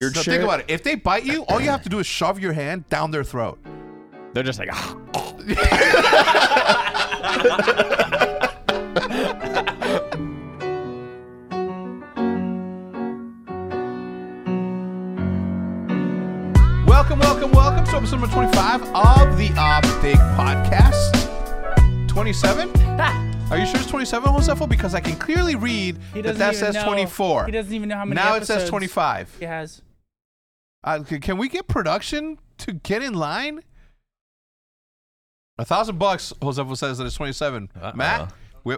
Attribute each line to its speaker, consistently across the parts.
Speaker 1: weird
Speaker 2: So
Speaker 1: shit.
Speaker 2: think about it. If they bite you, all you have to do is shove your hand down their throat.
Speaker 1: They're just like, ah.
Speaker 2: Welcome, welcome, welcome to episode number 25 of the Optic Podcast. 27? Are you sure it's 27, Josefo? Because I can clearly read
Speaker 3: He
Speaker 2: that
Speaker 3: doesn't
Speaker 2: that
Speaker 3: even
Speaker 2: says
Speaker 3: know-
Speaker 2: 24.
Speaker 3: He doesn't even know how many.
Speaker 2: now it says
Speaker 3: episodes
Speaker 2: 25.
Speaker 3: He has.
Speaker 2: Uh, c- can we get production to get in line? A thousand bucks, Josefo says that it's 27.
Speaker 1: Uh-oh.
Speaker 2: Matt, we,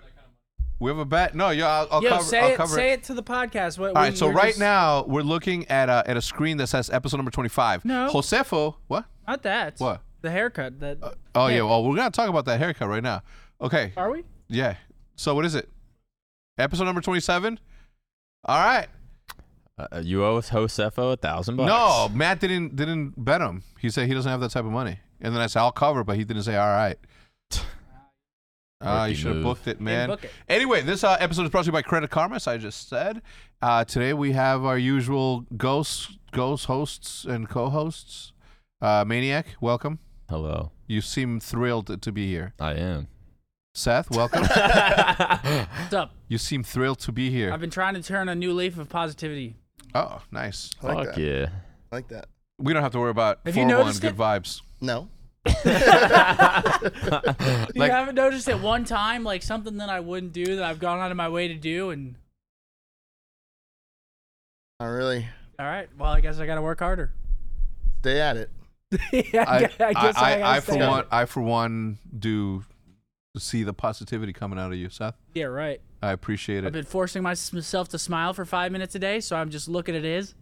Speaker 2: we have a bet. No, yeah, I'll, I'll
Speaker 3: Yo,
Speaker 2: cover,
Speaker 3: say
Speaker 2: I'll
Speaker 3: it.
Speaker 2: cover
Speaker 3: say it to the podcast. What,
Speaker 2: All right, so right now we're looking at a, at a screen that says episode number 25.
Speaker 3: No.
Speaker 2: Josefo, what?
Speaker 3: not that.
Speaker 2: What?
Speaker 3: The haircut. That
Speaker 2: Oh, yeah.
Speaker 3: Uh, Yeah.
Speaker 2: Well, we're going to talk about that haircut right now. Okay.
Speaker 3: are we?
Speaker 2: Yeah. So what is it? Episode number 27? All right.
Speaker 1: Uh, you owe Josefo a thousand bucks.
Speaker 2: No, Matt didn't didn't bet him. He said he doesn't have that type of money. And then I said I'll cover, but he didn't say all right. Ah, you
Speaker 1: Rookie
Speaker 2: should have
Speaker 1: move.
Speaker 2: booked it, man.
Speaker 3: book it.
Speaker 2: Anyway, this uh, episode is brought to you by Credit Karma, as I just said. Uh, today we have our usual ghosts, ghost hosts, and co-hosts. Uh, Maniac, welcome.
Speaker 1: Hello.
Speaker 2: You seem thrilled to be here.
Speaker 1: I am.
Speaker 2: Seth, welcome.
Speaker 3: What's up?
Speaker 2: you seem thrilled to be here.
Speaker 3: I've been trying to turn a new leaf of positivity.
Speaker 2: Oh, nice.
Speaker 4: I like
Speaker 1: Fuck
Speaker 4: that.
Speaker 1: yeah.
Speaker 4: I like that.
Speaker 2: We don't have to worry about
Speaker 3: Have you
Speaker 2: 401
Speaker 3: noticed
Speaker 2: good
Speaker 3: it?
Speaker 2: vibes.
Speaker 4: No.
Speaker 3: You
Speaker 2: Like-
Speaker 3: haven't noticed at one time like something that I wouldn't do that I've gone out of my way to do, and
Speaker 4: Not really.
Speaker 3: all right, well I guess I got to work harder.
Speaker 4: Stay at it.
Speaker 3: yeah, I, guess I, gotta
Speaker 2: I, for
Speaker 3: stay-
Speaker 2: one, I for one do see the positivity coming out of you, Seth.
Speaker 3: Yeah, right.
Speaker 2: I appreciate
Speaker 3: I've
Speaker 2: it.
Speaker 3: been forcing myself to smile for five minutes a day, so I'm just looking at his.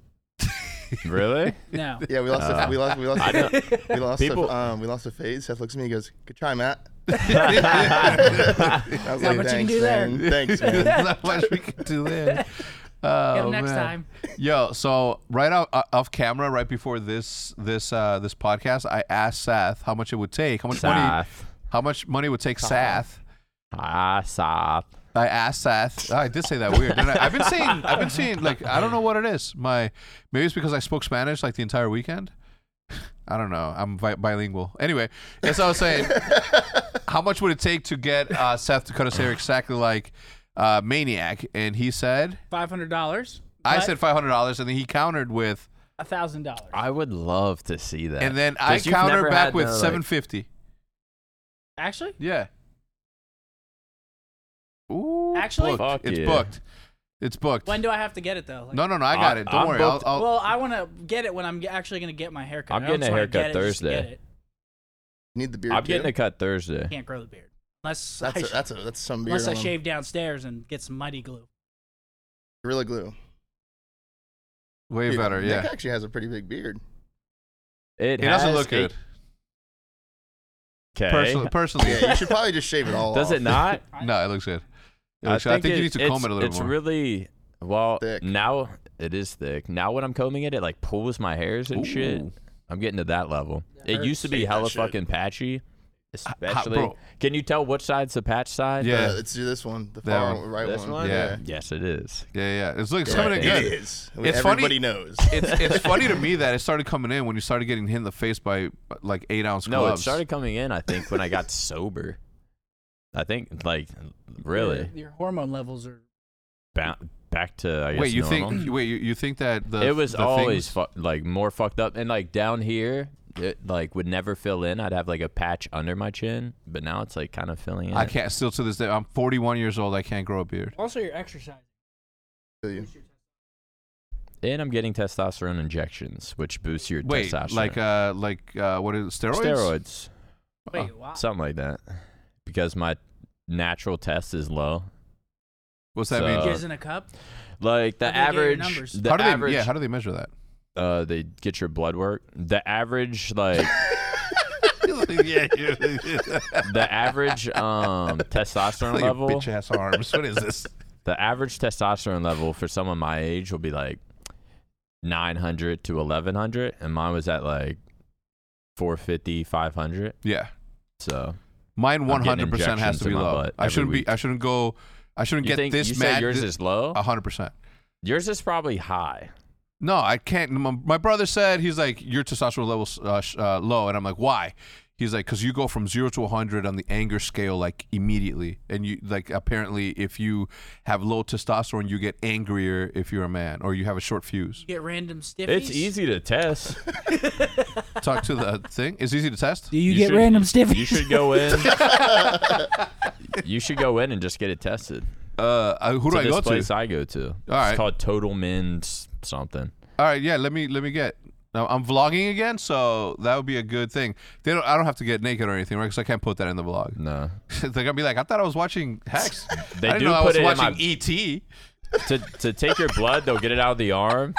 Speaker 1: really?
Speaker 3: No,
Speaker 4: Yeah, we lost.
Speaker 1: Uh,
Speaker 4: a, we lost. We lost.
Speaker 1: I
Speaker 4: A,
Speaker 1: don't-
Speaker 4: we lost.
Speaker 1: People-
Speaker 4: A, um, we lost a phase. Seth looks at me. and goes, "Good try, Matt." I was
Speaker 3: Not
Speaker 4: like,
Speaker 3: much you can
Speaker 4: "Thanks,
Speaker 3: do there."
Speaker 4: man. Thanks, man."
Speaker 2: Not much we can do there. Oh,
Speaker 3: Get 'em next
Speaker 2: man.
Speaker 3: time.
Speaker 2: Yo, so right off, uh, off camera, right before this this uh, this podcast, I asked Seth how much it would take, how much money,
Speaker 1: Seth.
Speaker 2: how much money would
Speaker 3: Uh-huh.
Speaker 2: take Seth.
Speaker 1: Ah, Seth.
Speaker 2: I asked Seth. Oh, I did say that weird. Didn't I? I've been saying, I've been saying, like I don't know what it is. My maybe it's because I spoke Spanish like the entire weekend. I don't know. I'm bi- bilingual. Anyway, that's what I was saying. How much would it take to get uh, Seth to cut his hair exactly like uh, Maniac? And he said,
Speaker 3: five hundred dollars.
Speaker 2: I said five hundred dollars, and then he countered with,
Speaker 3: a thousand dollars.
Speaker 1: I would love to see that.
Speaker 2: and then
Speaker 1: 'Cause
Speaker 2: I
Speaker 1: you've
Speaker 2: countered
Speaker 1: never
Speaker 2: back
Speaker 1: had
Speaker 2: with
Speaker 1: no, like-
Speaker 2: seven fifty.
Speaker 3: Actually,
Speaker 2: Yeah. Ooh.
Speaker 3: Actually-
Speaker 2: booked.
Speaker 1: Fuck
Speaker 2: it's
Speaker 1: yeah.
Speaker 2: booked. It's booked.
Speaker 3: when do I have to get it though? Like-
Speaker 2: no, no, no. I got
Speaker 1: I-
Speaker 2: it. Don't
Speaker 1: I'm
Speaker 2: worry.
Speaker 1: booked.
Speaker 2: I'll, I'll,
Speaker 3: Well, I want to get it when I'm g- actually going to get my haircut.
Speaker 1: I'm
Speaker 3: I don't
Speaker 1: getting a
Speaker 3: just wanna
Speaker 1: haircut
Speaker 3: get it just to
Speaker 1: Thursday.
Speaker 3: Get it.
Speaker 4: Need the beard.
Speaker 1: I'm
Speaker 4: too?
Speaker 1: getting a cut Thursday.
Speaker 3: Can't grow the beard unless I,
Speaker 4: That's
Speaker 3: sh-
Speaker 4: a, that's a, that's some beard.
Speaker 3: unless I
Speaker 4: on him.
Speaker 3: shave downstairs and get some mighty glue.
Speaker 4: Gorilla glue.
Speaker 2: way
Speaker 4: Dude,
Speaker 2: better. Yeah.
Speaker 4: Nick actually has a pretty big beard.
Speaker 1: It,
Speaker 2: It doesn't
Speaker 1: has a-
Speaker 2: look good.
Speaker 1: Okay.
Speaker 2: Personally, Oh. personally
Speaker 4: Yeah, you should probably just shave it all.
Speaker 1: Does it
Speaker 4: off.
Speaker 1: not?
Speaker 2: no, it looks good. It looks good. I think you need to
Speaker 1: it's-
Speaker 2: comb it a little
Speaker 1: It's
Speaker 2: more.
Speaker 1: really well
Speaker 4: Thick.
Speaker 1: now. It is thick. Now when I'm combing it, it like pulls my hairs and shit.
Speaker 2: Ooh.
Speaker 1: I'm getting to that level. It
Speaker 3: hurts.
Speaker 1: used to be
Speaker 4: Hate that
Speaker 1: hella
Speaker 4: shit.
Speaker 1: fucking patchy, especially.
Speaker 2: Ah, bro.
Speaker 1: Can you tell which side's the patch side?
Speaker 2: Yeah.
Speaker 4: Uh, let's do this one. The
Speaker 2: That
Speaker 4: far
Speaker 2: one.
Speaker 4: right
Speaker 1: This one.
Speaker 2: Yeah.
Speaker 1: Yes, it is.
Speaker 2: yeah, yeah. It's looks
Speaker 1: Yeah,
Speaker 2: coming in
Speaker 4: It
Speaker 2: good.
Speaker 4: is.
Speaker 2: It's funny-
Speaker 4: Everybody knows.
Speaker 2: It's it's funny to me that it started coming in when you started getting hit in the face by like eight ounce
Speaker 1: No,
Speaker 2: gloves.
Speaker 1: it started coming in. I think when I got sober. I think like really
Speaker 3: Your, your hormone levels are.
Speaker 1: ba- back to I guess
Speaker 2: wait, you
Speaker 1: normal.
Speaker 2: think? Wait, you, you think that the
Speaker 1: it was
Speaker 2: the
Speaker 1: always
Speaker 2: things-
Speaker 1: fu- like more fucked up and like down here it like would never fill in i'd have like a patch under my chin but now it's like kind of filling in
Speaker 2: I can't still to this day. I'm 41 years old. I can't grow a beard.
Speaker 3: Also, your exercise.
Speaker 4: Do you?
Speaker 1: and i'm getting testosterone injections which boosts your
Speaker 2: Wait,
Speaker 1: testosterone
Speaker 2: like uh, like uh, what is it, steroids?
Speaker 1: steroids Uh,
Speaker 3: Wait, wow.
Speaker 1: something like that because my natural test is low
Speaker 2: What's that
Speaker 1: So-
Speaker 2: mean?
Speaker 3: Jizz in a cup.
Speaker 1: like the
Speaker 3: How do they
Speaker 1: average
Speaker 3: get your numbers?
Speaker 1: the
Speaker 2: how do
Speaker 1: average
Speaker 2: they? Yeah, how do they measure that?
Speaker 1: uh they get your blood work the average like
Speaker 2: yeah, you-
Speaker 1: the average um testosterone
Speaker 2: Look at your
Speaker 1: level
Speaker 2: bitch ass arms. What is this?
Speaker 1: the average testosterone level for someone my age will be like 900 to 1100 and mine was at like 450 500
Speaker 2: Yeah.
Speaker 1: so
Speaker 2: Mine
Speaker 1: I'm
Speaker 2: one
Speaker 1: getting
Speaker 2: hundred percent has
Speaker 1: injections
Speaker 2: to
Speaker 1: in
Speaker 2: be
Speaker 1: my
Speaker 2: low.
Speaker 1: butt
Speaker 2: I
Speaker 1: every
Speaker 2: shouldn't
Speaker 1: week.
Speaker 2: be. I shouldn't go. I shouldn't
Speaker 1: you
Speaker 2: get
Speaker 1: think
Speaker 2: this Oh.
Speaker 1: you
Speaker 2: mad.
Speaker 1: say yours
Speaker 2: thi-
Speaker 1: is low
Speaker 2: hundred percent.
Speaker 1: yours is probably high
Speaker 2: No, I can't. My, my brother said he's like your testosterone levels uh, sh- uh, low, and I'm like, why? He's like, because you go from zero to 100 on the anger scale like immediately, and you like apparently if you have low testosterone, you get angrier if you're a man or you have a short fuse.
Speaker 3: Get random stiffies.
Speaker 1: It's easy to test.
Speaker 2: Talk to the thing. It's easy to test.
Speaker 3: Do you,
Speaker 1: You
Speaker 3: get
Speaker 1: should-
Speaker 3: random stiffies?
Speaker 1: You should go in. you should go in and just get it tested.
Speaker 2: Uh, uh, who do
Speaker 1: to
Speaker 2: I
Speaker 1: this
Speaker 2: go to?
Speaker 1: place I go to. it's
Speaker 2: right.
Speaker 1: called Total Men's something.
Speaker 2: All right, yeah. Let me let me get. Now I'm vlogging again, so that would be a good thing. They don't. I don't have to get naked or anything, right? Because I can't put that in the vlog.
Speaker 1: No.
Speaker 2: They're gonna be like, I thought I was watching Hex.
Speaker 1: They
Speaker 2: I didn't
Speaker 1: do
Speaker 2: know I
Speaker 1: put
Speaker 2: was
Speaker 1: it in
Speaker 2: watching E
Speaker 1: my-
Speaker 2: ET.
Speaker 1: to to take your blood, they'll get it out of the arm.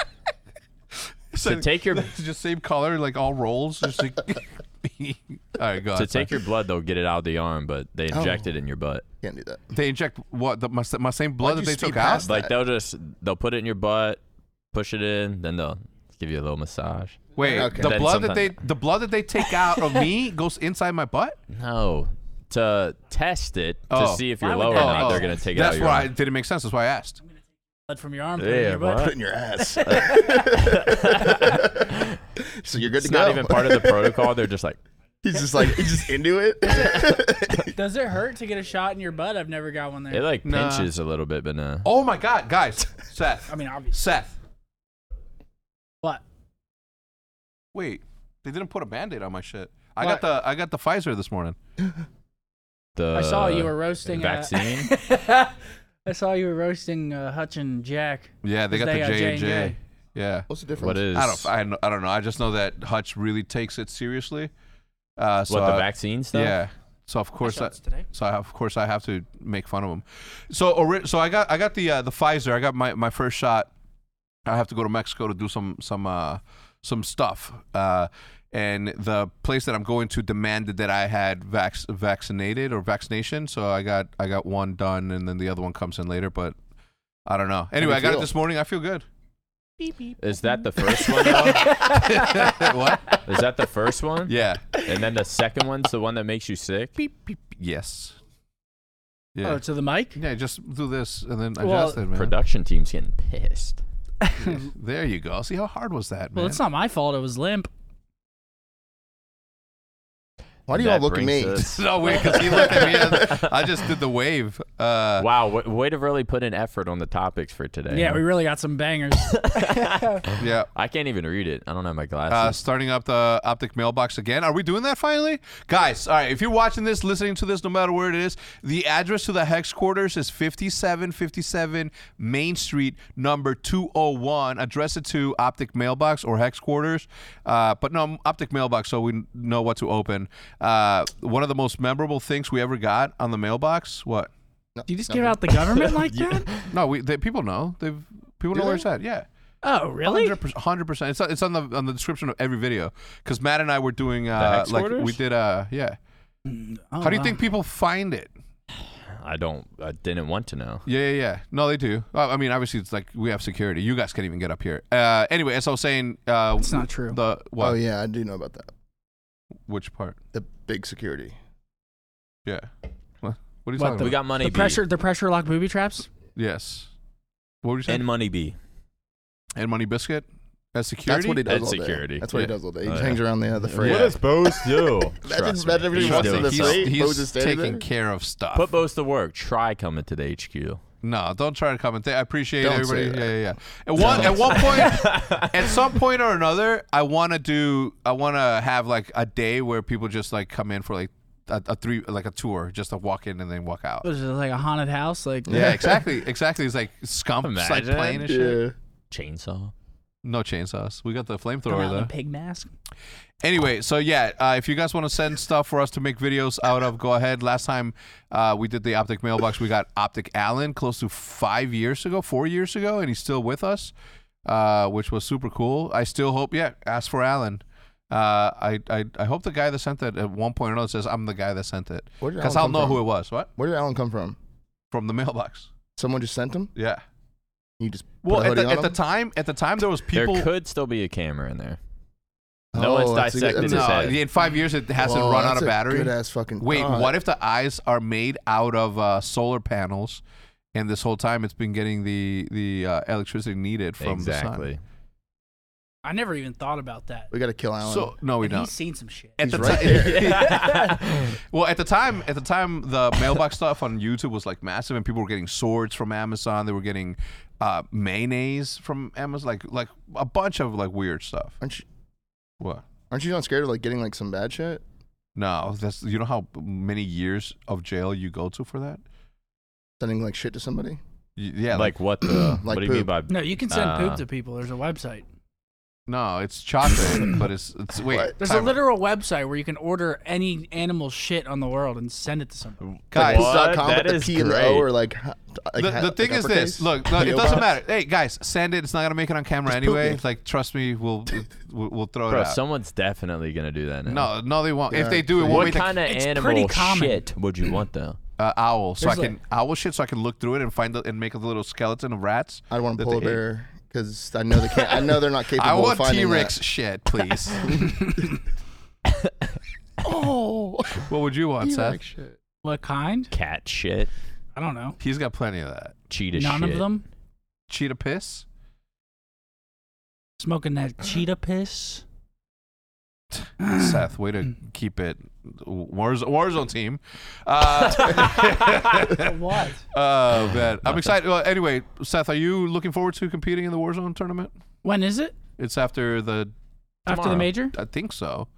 Speaker 2: So
Speaker 1: take your-
Speaker 2: just same color, like all rolls. Just like, all right,
Speaker 1: To
Speaker 2: go. ahead, sorry.
Speaker 1: take your blood, they'll get it out of the arm, but they inject it in your butt.
Speaker 4: Can't do that.
Speaker 2: They inject what the, my, s- my same blood
Speaker 4: Why'd
Speaker 2: that
Speaker 4: you
Speaker 2: they
Speaker 4: speed
Speaker 2: took out.
Speaker 4: past
Speaker 1: Like
Speaker 4: that?
Speaker 1: they'll just they'll put it in your butt, push it in, then they'll give you a little massage.
Speaker 2: Wait,
Speaker 4: Okay.
Speaker 2: the
Speaker 1: Then
Speaker 2: blood that they
Speaker 1: sometime-
Speaker 2: the blood that they take out of me goes inside my butt.
Speaker 1: No, to test it
Speaker 2: Oh.
Speaker 1: to see if you're
Speaker 3: Why would
Speaker 1: low or
Speaker 3: they-
Speaker 1: not,
Speaker 2: Oh,
Speaker 1: they're gonna take it out.
Speaker 2: That's
Speaker 1: of your
Speaker 2: why
Speaker 1: arm.
Speaker 2: it didn't make sense. That's why I asked.
Speaker 3: Blood from your arm.
Speaker 1: Yeah,
Speaker 3: Yeah,
Speaker 1: what?
Speaker 4: Put in your ass. so you're good
Speaker 1: It's
Speaker 4: to go.
Speaker 1: not even part of the protocol. They're just like,
Speaker 4: He's just like he's just into it.
Speaker 3: Does it hurt to get a shot in your butt? I've never got one there.
Speaker 1: it like
Speaker 2: Nah.
Speaker 1: pinches a little bit, but no.
Speaker 2: Oh my god, guys, Seth,
Speaker 3: I mean, obviously.
Speaker 2: Seth.
Speaker 3: What?
Speaker 2: Wait, they didn't put a band-aid on my shit. I got
Speaker 3: What?
Speaker 2: the I got the Pfizer this morning.
Speaker 1: The
Speaker 3: I saw you were roasting. uh,
Speaker 1: vaccine.
Speaker 3: I saw you were roasting uh, Hutch and Jack.
Speaker 2: Yeah, they got
Speaker 3: They
Speaker 2: the
Speaker 3: got
Speaker 2: J and J.
Speaker 3: J&J.
Speaker 2: Yeah.
Speaker 4: What's the difference?
Speaker 1: what is
Speaker 2: I don't. I, kn- I don't know. I just know that Hutch really takes it seriously. Uh, so
Speaker 1: what the
Speaker 2: I-
Speaker 1: vaccine stuff?
Speaker 2: Yeah. So of course, I,
Speaker 3: shots today.
Speaker 2: so I, of course I have to make fun of him. So ori- so I got I got the uh, the Pfizer. I got my, my first shot. I have to go to Mexico to do some some uh, some stuff. Uh, and the place that I'm going to demanded that I had vac- vaccinated or vaccination. So I got I got one done, and then the other one comes in later. But I don't know. Anyway,
Speaker 4: you
Speaker 2: I got it
Speaker 4: feel?
Speaker 2: this morning. I feel good.
Speaker 1: Is that the first one? Though?
Speaker 2: what?
Speaker 1: Is that the first one?
Speaker 2: Yeah.
Speaker 1: And then the second one's the one that makes you sick.
Speaker 2: Beep, beep, beep. Yes.
Speaker 3: Oh,
Speaker 2: Yeah.
Speaker 3: to the mic.
Speaker 2: yeah, just do this and then
Speaker 3: Well,
Speaker 2: adjust it, man.
Speaker 1: Production team's getting pissed.
Speaker 2: There you go. See how hard was that, man?
Speaker 3: Well, it's not my fault. It was limp.
Speaker 4: Why do you
Speaker 1: That
Speaker 4: all look at me?
Speaker 1: brings us-
Speaker 2: no weird because he looked at me. And I just did the wave. Uh,
Speaker 1: wow, w- way to really put in effort on the topics for today.
Speaker 3: Yeah, we really got some bangers.
Speaker 2: yeah.
Speaker 1: I can't even read it. I don't have my
Speaker 2: Uh,
Speaker 1: glasses.
Speaker 2: starting up the optic mailbox again. Are we doing that finally, guys? All right. If you're watching this, listening to this, no matter where it is, the address to the hex quarters is 5757 Main Street, number 201. Address it to optic mailbox or hex quarters, uh, but no optic mailbox, so we know what to open. Uh, one of the most memorable things we ever got on the mailbox. What?
Speaker 3: Do you just give out the government like that?
Speaker 2: No, we they, people know. They've people know where it's at. Yeah.
Speaker 3: Oh, really?
Speaker 2: Hundred percent. It's it's on the on the description of every video because Matt and I were doing
Speaker 1: The
Speaker 2: uh,
Speaker 1: hex
Speaker 2: like
Speaker 1: orders?
Speaker 2: we did uh yeah.
Speaker 3: Mm, Oh,
Speaker 2: How do you think people find it?
Speaker 4: Uh,
Speaker 1: I don't. I didn't want to know.
Speaker 2: Yeah, yeah, yeah. No, they do. Uh, I mean, obviously, it's like we have security. You guys can't even get up here. Uh, anyway, as I was saying, uh,
Speaker 3: It's not true.
Speaker 2: The what?
Speaker 4: Oh yeah, I do know about that.
Speaker 2: Which part?
Speaker 4: The big security.
Speaker 2: Yeah. What? What are you
Speaker 3: What
Speaker 2: talking
Speaker 3: the-
Speaker 1: We
Speaker 2: about?
Speaker 1: got money.
Speaker 3: The
Speaker 1: B.
Speaker 3: pressure, the pressure lock booby traps.
Speaker 2: yes. What were you saying?
Speaker 1: and money B.
Speaker 2: And, money biscuit as security.
Speaker 4: That's what he does
Speaker 1: That's
Speaker 4: all day.
Speaker 1: security.
Speaker 4: That's what
Speaker 2: Yeah.
Speaker 4: he does all day. He
Speaker 1: Oh,
Speaker 4: just
Speaker 1: yeah.
Speaker 4: hangs around the the freight.
Speaker 2: Yeah.
Speaker 1: What does Bose do? Trust me.
Speaker 4: imagine everybody
Speaker 1: He's
Speaker 4: wants
Speaker 1: doing
Speaker 4: to
Speaker 1: it.
Speaker 4: listen.
Speaker 2: he's,
Speaker 4: freight? Bose
Speaker 2: he's
Speaker 4: is standing
Speaker 2: taking
Speaker 4: there?
Speaker 2: care of stuff.
Speaker 1: Put Bose to work. Try coming to the HQ.
Speaker 2: No, don't try to comment. I appreciate
Speaker 4: Don't say
Speaker 2: everybody.
Speaker 4: that.
Speaker 2: Yeah, yeah, yeah. At one, at one point, at some point or another, I want to do. I want to have like a day where people just like come in for like a, a three, like a tour, just to walk in and then walk out.
Speaker 3: What is it like a haunted house? Like
Speaker 2: Yeah, exactly, exactly. It's like scum like
Speaker 1: Imagine.
Speaker 2: playing and shit.
Speaker 4: Yeah.
Speaker 1: Chainsaw.
Speaker 2: No chainsaws. We got the
Speaker 3: come
Speaker 2: flamethrower
Speaker 3: out in a
Speaker 2: though.
Speaker 3: pig mask.
Speaker 2: Anyway, so yeah, uh, if you guys want to send stuff for us to make videos out of, go ahead. Last time uh, we did the Optic Mailbox, we got Optic Allen close to five years ago, four years ago, and he's still with us, uh, which was super cool. I still hope, yeah, ask for Allen. Uh, I, I I hope the guy that sent it at one point or another says I'm the guy that sent it
Speaker 4: Where did
Speaker 2: because I'll
Speaker 4: Alan
Speaker 2: know
Speaker 4: come
Speaker 2: who it
Speaker 4: from?
Speaker 2: was. What
Speaker 4: Where did Alan come from?
Speaker 2: from the mailbox?
Speaker 4: Someone just sent him.
Speaker 2: Yeah.
Speaker 4: You just put
Speaker 2: Well,
Speaker 4: a
Speaker 2: at
Speaker 4: hoodie
Speaker 2: the,
Speaker 4: on
Speaker 2: at the
Speaker 4: him?
Speaker 2: time, at the time there was people.
Speaker 1: There could still be a camera in there. no one's
Speaker 4: Oh, that's a good-
Speaker 1: dissected
Speaker 4: that's
Speaker 1: his
Speaker 4: a-
Speaker 2: no,
Speaker 1: head.
Speaker 2: in five years it hasn't
Speaker 4: Whoa,
Speaker 2: run out
Speaker 4: that's
Speaker 2: of
Speaker 4: a
Speaker 2: battery.
Speaker 4: Good ass fucking. Oh,
Speaker 2: Wait,
Speaker 4: God.
Speaker 2: what if the eyes are made out of uh, solar panels, and this whole time it's been getting the the uh, electricity needed from the sun?
Speaker 1: exactly.
Speaker 3: I never even thought about that.
Speaker 4: We got to kill Alan.
Speaker 2: So no, we
Speaker 3: And
Speaker 2: don't.
Speaker 3: He's seen some shit.
Speaker 2: At
Speaker 4: He's
Speaker 2: the
Speaker 4: right
Speaker 2: ti- well, at the time, at the time, the mailbox stuff on YouTube was like massive, and people were getting swords from Amazon. They were getting uh, mayonnaise from Amazon, like like a bunch of like weird stuff.
Speaker 4: aren't you?
Speaker 2: What?
Speaker 4: Aren't you not scared of like getting like some bad shit?
Speaker 2: No, that's you know how many years of jail you go to for that.
Speaker 4: Sending like shit to somebody?
Speaker 2: Y- Yeah, like,
Speaker 1: like what the?
Speaker 4: Like
Speaker 1: what do you mean
Speaker 4: poop.
Speaker 1: by?
Speaker 3: No, you can send
Speaker 1: Uh,
Speaker 3: poop to people. There's a website.
Speaker 2: no, it's chocolate, but it's it's wait.
Speaker 4: What?
Speaker 3: There's
Speaker 2: time
Speaker 3: a
Speaker 2: out.
Speaker 3: literal website where you can order any animal shit on the world and send it to somebody.
Speaker 2: Guys,
Speaker 1: What?
Speaker 4: Dot com,
Speaker 1: That
Speaker 4: but the
Speaker 1: is
Speaker 4: P and the
Speaker 1: great.
Speaker 4: O are like. ha- like
Speaker 2: the,
Speaker 4: ha-
Speaker 2: the thing
Speaker 4: like
Speaker 2: is
Speaker 4: uppercase.
Speaker 2: this. Look, look it
Speaker 4: PO
Speaker 2: doesn't
Speaker 4: box.
Speaker 2: matter. Hey guys, send it. It's not gonna make it on camera
Speaker 4: Just poop
Speaker 2: anyway.
Speaker 4: it.
Speaker 2: Like, trust me, we'll we'll, we'll throw
Speaker 1: Bro,
Speaker 2: it out.
Speaker 1: someone's definitely gonna do that now.
Speaker 2: no, no, they won't.
Speaker 4: Yeah,
Speaker 2: if they do, it
Speaker 4: please.
Speaker 2: won't
Speaker 1: What
Speaker 2: be the
Speaker 1: kind of
Speaker 3: It's
Speaker 1: animal
Speaker 3: pretty common.
Speaker 1: shit would you want though?
Speaker 2: uh, owl. So
Speaker 3: There's
Speaker 2: I can owl shit. So I can look through it and find the, and make a little skeleton of rats.
Speaker 4: I want
Speaker 2: that
Speaker 4: to pull a
Speaker 2: they ate.
Speaker 4: bear because I know they can't. I know they're not capable
Speaker 2: I
Speaker 4: of
Speaker 2: want
Speaker 4: finding
Speaker 2: T Rex shit, please.
Speaker 4: that. Oh,
Speaker 2: what would you want,
Speaker 4: T-Rex
Speaker 2: Seth?
Speaker 4: shit.
Speaker 3: What kind?
Speaker 1: Cat shit,
Speaker 3: I don't know.
Speaker 2: He's got plenty of that.
Speaker 1: cheetah
Speaker 3: None
Speaker 1: shit.
Speaker 3: of them.
Speaker 2: Cheetah piss.
Speaker 3: Smoking that cheetah piss.
Speaker 2: Seth, way to keep it Warz- Warzone team. Uh,
Speaker 3: what?
Speaker 2: oh man, I'm
Speaker 1: Nothing.
Speaker 2: excited. Well, anyway, Seth, are you looking forward to competing in the Warzone tournament?
Speaker 3: When is it?
Speaker 2: It's after the
Speaker 3: After
Speaker 1: Tomorrow.
Speaker 3: the major?
Speaker 2: I think so.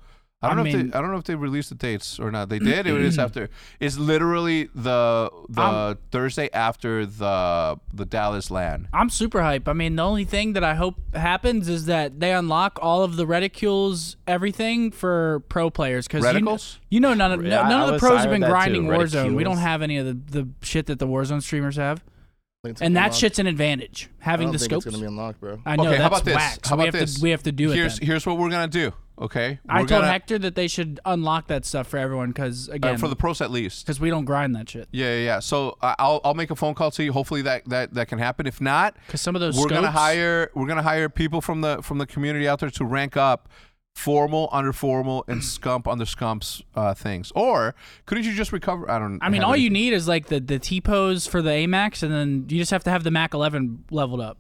Speaker 2: I don't
Speaker 3: I
Speaker 2: know if
Speaker 3: mean-
Speaker 2: they I don't know if they released the dates or not. They did. it is after. It's literally the the
Speaker 3: Um,
Speaker 2: Thursday after the the Dallas land.
Speaker 3: I'm super hype. I mean, the only thing that I hope happens is that they unlock all of the reticules, everything for pro players. Cause you kn-
Speaker 2: Reticles?
Speaker 3: You, know, none of
Speaker 1: Re-
Speaker 3: no-
Speaker 1: I-
Speaker 3: none
Speaker 1: I
Speaker 3: of the
Speaker 1: was- I
Speaker 3: pros have
Speaker 1: heard
Speaker 3: been
Speaker 1: that too,
Speaker 3: grinding Warzone. We
Speaker 1: reticules.
Speaker 3: don't have any of the, the shit that the Warzone streamers have,
Speaker 4: I think it's
Speaker 3: and
Speaker 4: gonna be
Speaker 3: that
Speaker 4: unlocked.
Speaker 3: shit's an advantage.
Speaker 4: I don't
Speaker 3: Having the
Speaker 4: think
Speaker 3: scopes.
Speaker 4: it's gonna be unlocked, bro.
Speaker 3: I know
Speaker 2: okay,
Speaker 3: that's
Speaker 2: how about this?
Speaker 3: whack. so
Speaker 2: How
Speaker 3: we
Speaker 2: about
Speaker 3: have
Speaker 2: this?
Speaker 3: to we have to do it.
Speaker 2: here's
Speaker 3: then.
Speaker 2: here's what we're gonna do. Okay,
Speaker 3: I
Speaker 2: We're
Speaker 3: told
Speaker 2: gonna-
Speaker 3: Hector that they should unlock that stuff for everyone because
Speaker 2: uh,
Speaker 3: again,
Speaker 2: for the pros at least.
Speaker 3: because we don't grind that shit.
Speaker 2: Yeah, yeah, yeah. So I- I'll I'll make a phone call to you. Hopefully that that that can happen. If not,
Speaker 3: Because some of those
Speaker 2: we're gonna
Speaker 3: scopes-
Speaker 2: hire we're gonna hire people from the from the community out there to rank up formal under formal and scump under scumps uh, things. Or couldn't you just recover? I don't.
Speaker 3: I mean,
Speaker 2: have
Speaker 3: all
Speaker 2: any-
Speaker 3: you need is like the the T pose for the Amax, and then you just have to have the Mac 11 leveled up,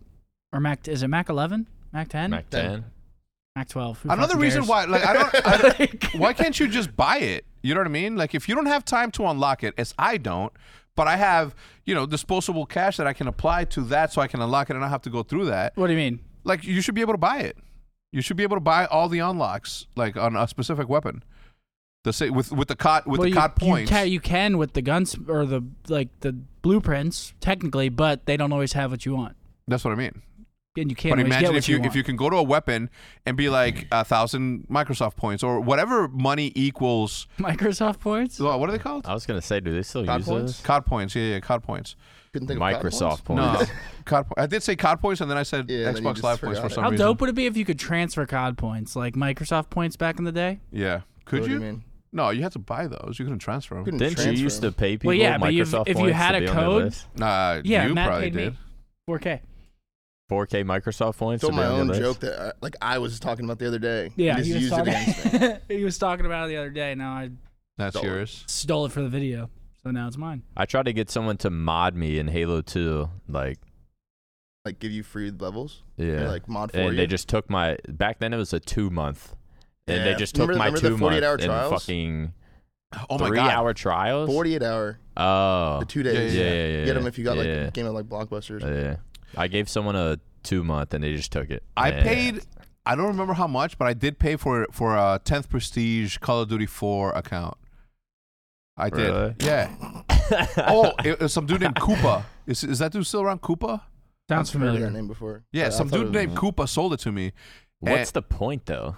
Speaker 3: or Mac is it Mac 11, Mac 10,
Speaker 1: Mac ten.
Speaker 3: Mac 12? Who
Speaker 2: Another
Speaker 3: fucking
Speaker 2: reason
Speaker 3: cares?
Speaker 2: why, like, I don't. I, why can't you just buy it? You know what I mean? Like, if you don't have time to unlock it, as I don't, but I have, you know, disposable cash that I can apply to that, so I can unlock it and not have to go through that.
Speaker 3: What do you mean?
Speaker 2: Like, you should be able to buy it. You should be able to buy all the unlocks, like on a specific weapon. The sa- with with the cot with
Speaker 3: well,
Speaker 2: the
Speaker 3: you,
Speaker 2: cot
Speaker 3: you
Speaker 2: points.
Speaker 3: ca- you can with the guns or the like the blueprints technically, but they don't always have what you want,
Speaker 2: That's what I mean.
Speaker 3: and you can't
Speaker 2: But
Speaker 3: always get
Speaker 2: imagine
Speaker 3: what
Speaker 2: if you, if
Speaker 3: want.
Speaker 2: you can go to a weapon and be like a thousand Microsoft points or whatever money equals.
Speaker 3: Microsoft points.
Speaker 2: What are they called?
Speaker 1: I was gonna say, do they still
Speaker 4: Cod
Speaker 1: use
Speaker 4: points?
Speaker 1: those?
Speaker 2: COD points. Yeah, yeah, COD points.
Speaker 4: Couldn't think of platforms?
Speaker 1: Microsoft points.
Speaker 2: No, COD, po- I did say COD points, and then I said
Speaker 4: Yeah, then you
Speaker 2: Xbox
Speaker 4: just
Speaker 2: Live points
Speaker 4: forgot
Speaker 2: for
Speaker 4: it.
Speaker 2: some
Speaker 3: How
Speaker 2: reason.
Speaker 3: dope would it be if you could transfer COD points like Microsoft points back in the day?
Speaker 2: Yeah,
Speaker 4: What
Speaker 2: could
Speaker 4: do
Speaker 2: you?
Speaker 4: mean?
Speaker 2: No, you had to buy those. You couldn't transfer them.
Speaker 4: Couldn't
Speaker 1: Didn't
Speaker 4: transfer
Speaker 1: you used to
Speaker 4: them.
Speaker 1: pay people
Speaker 3: yeah,
Speaker 1: Microsoft
Speaker 3: but you've- if
Speaker 1: points
Speaker 3: you had
Speaker 1: to
Speaker 3: a
Speaker 1: be on their
Speaker 3: code-
Speaker 1: list?
Speaker 2: Nah,
Speaker 3: Yeah,
Speaker 2: you
Speaker 3: Matt
Speaker 2: probably
Speaker 3: paid me.
Speaker 2: did.
Speaker 3: 4K.
Speaker 1: 4K Microsoft points.
Speaker 4: Told
Speaker 1: to be
Speaker 4: my
Speaker 1: on your
Speaker 4: own
Speaker 1: list?
Speaker 4: joke that uh, like I was talking about the other day.
Speaker 3: Yeah,
Speaker 4: You just
Speaker 3: he was,
Speaker 4: used it against me.
Speaker 3: talking, he was talking about it the other day. Now I
Speaker 2: That's
Speaker 4: Dollar.
Speaker 2: yours.
Speaker 3: stole it for the video, so now it's mine.
Speaker 1: I tried to get someone to mod me in Halo 2, like
Speaker 4: Like give you free levels.
Speaker 1: yeah,
Speaker 4: Or, like mod for
Speaker 1: and
Speaker 4: you.
Speaker 1: they just took my. Back then it was a two month, and they
Speaker 4: Yeah.
Speaker 1: just took
Speaker 4: Remember-
Speaker 1: my
Speaker 4: remember the
Speaker 1: two
Speaker 4: 48
Speaker 1: month
Speaker 4: hour
Speaker 1: and
Speaker 4: trials?
Speaker 1: fucking
Speaker 2: Oh my
Speaker 1: three
Speaker 2: god.
Speaker 1: hour trials.
Speaker 4: 48 hour,
Speaker 1: Oh,
Speaker 4: the two
Speaker 2: yeah,
Speaker 4: days.
Speaker 1: yeah, yeah, yeah,
Speaker 4: Get them if you got like
Speaker 1: yeah.
Speaker 4: a game of like blockbusters.
Speaker 1: Oh, yeah. I gave someone a two month, and they just took it.
Speaker 2: I
Speaker 1: Yeah.
Speaker 2: paid. I don't remember how much, but I did pay for for a tenth prestige Call of Duty Four account. I did.
Speaker 1: Really?
Speaker 2: Yeah. oh, it was some dude named Koopa. Is is that dude still around? Koopa?
Speaker 3: Sounds
Speaker 4: I've heard
Speaker 3: familiar.
Speaker 4: that name before.
Speaker 2: Yeah,
Speaker 4: but I
Speaker 2: some
Speaker 4: thought it
Speaker 2: dude
Speaker 4: was-
Speaker 2: named Koopa sold it to me.
Speaker 1: What's the point though?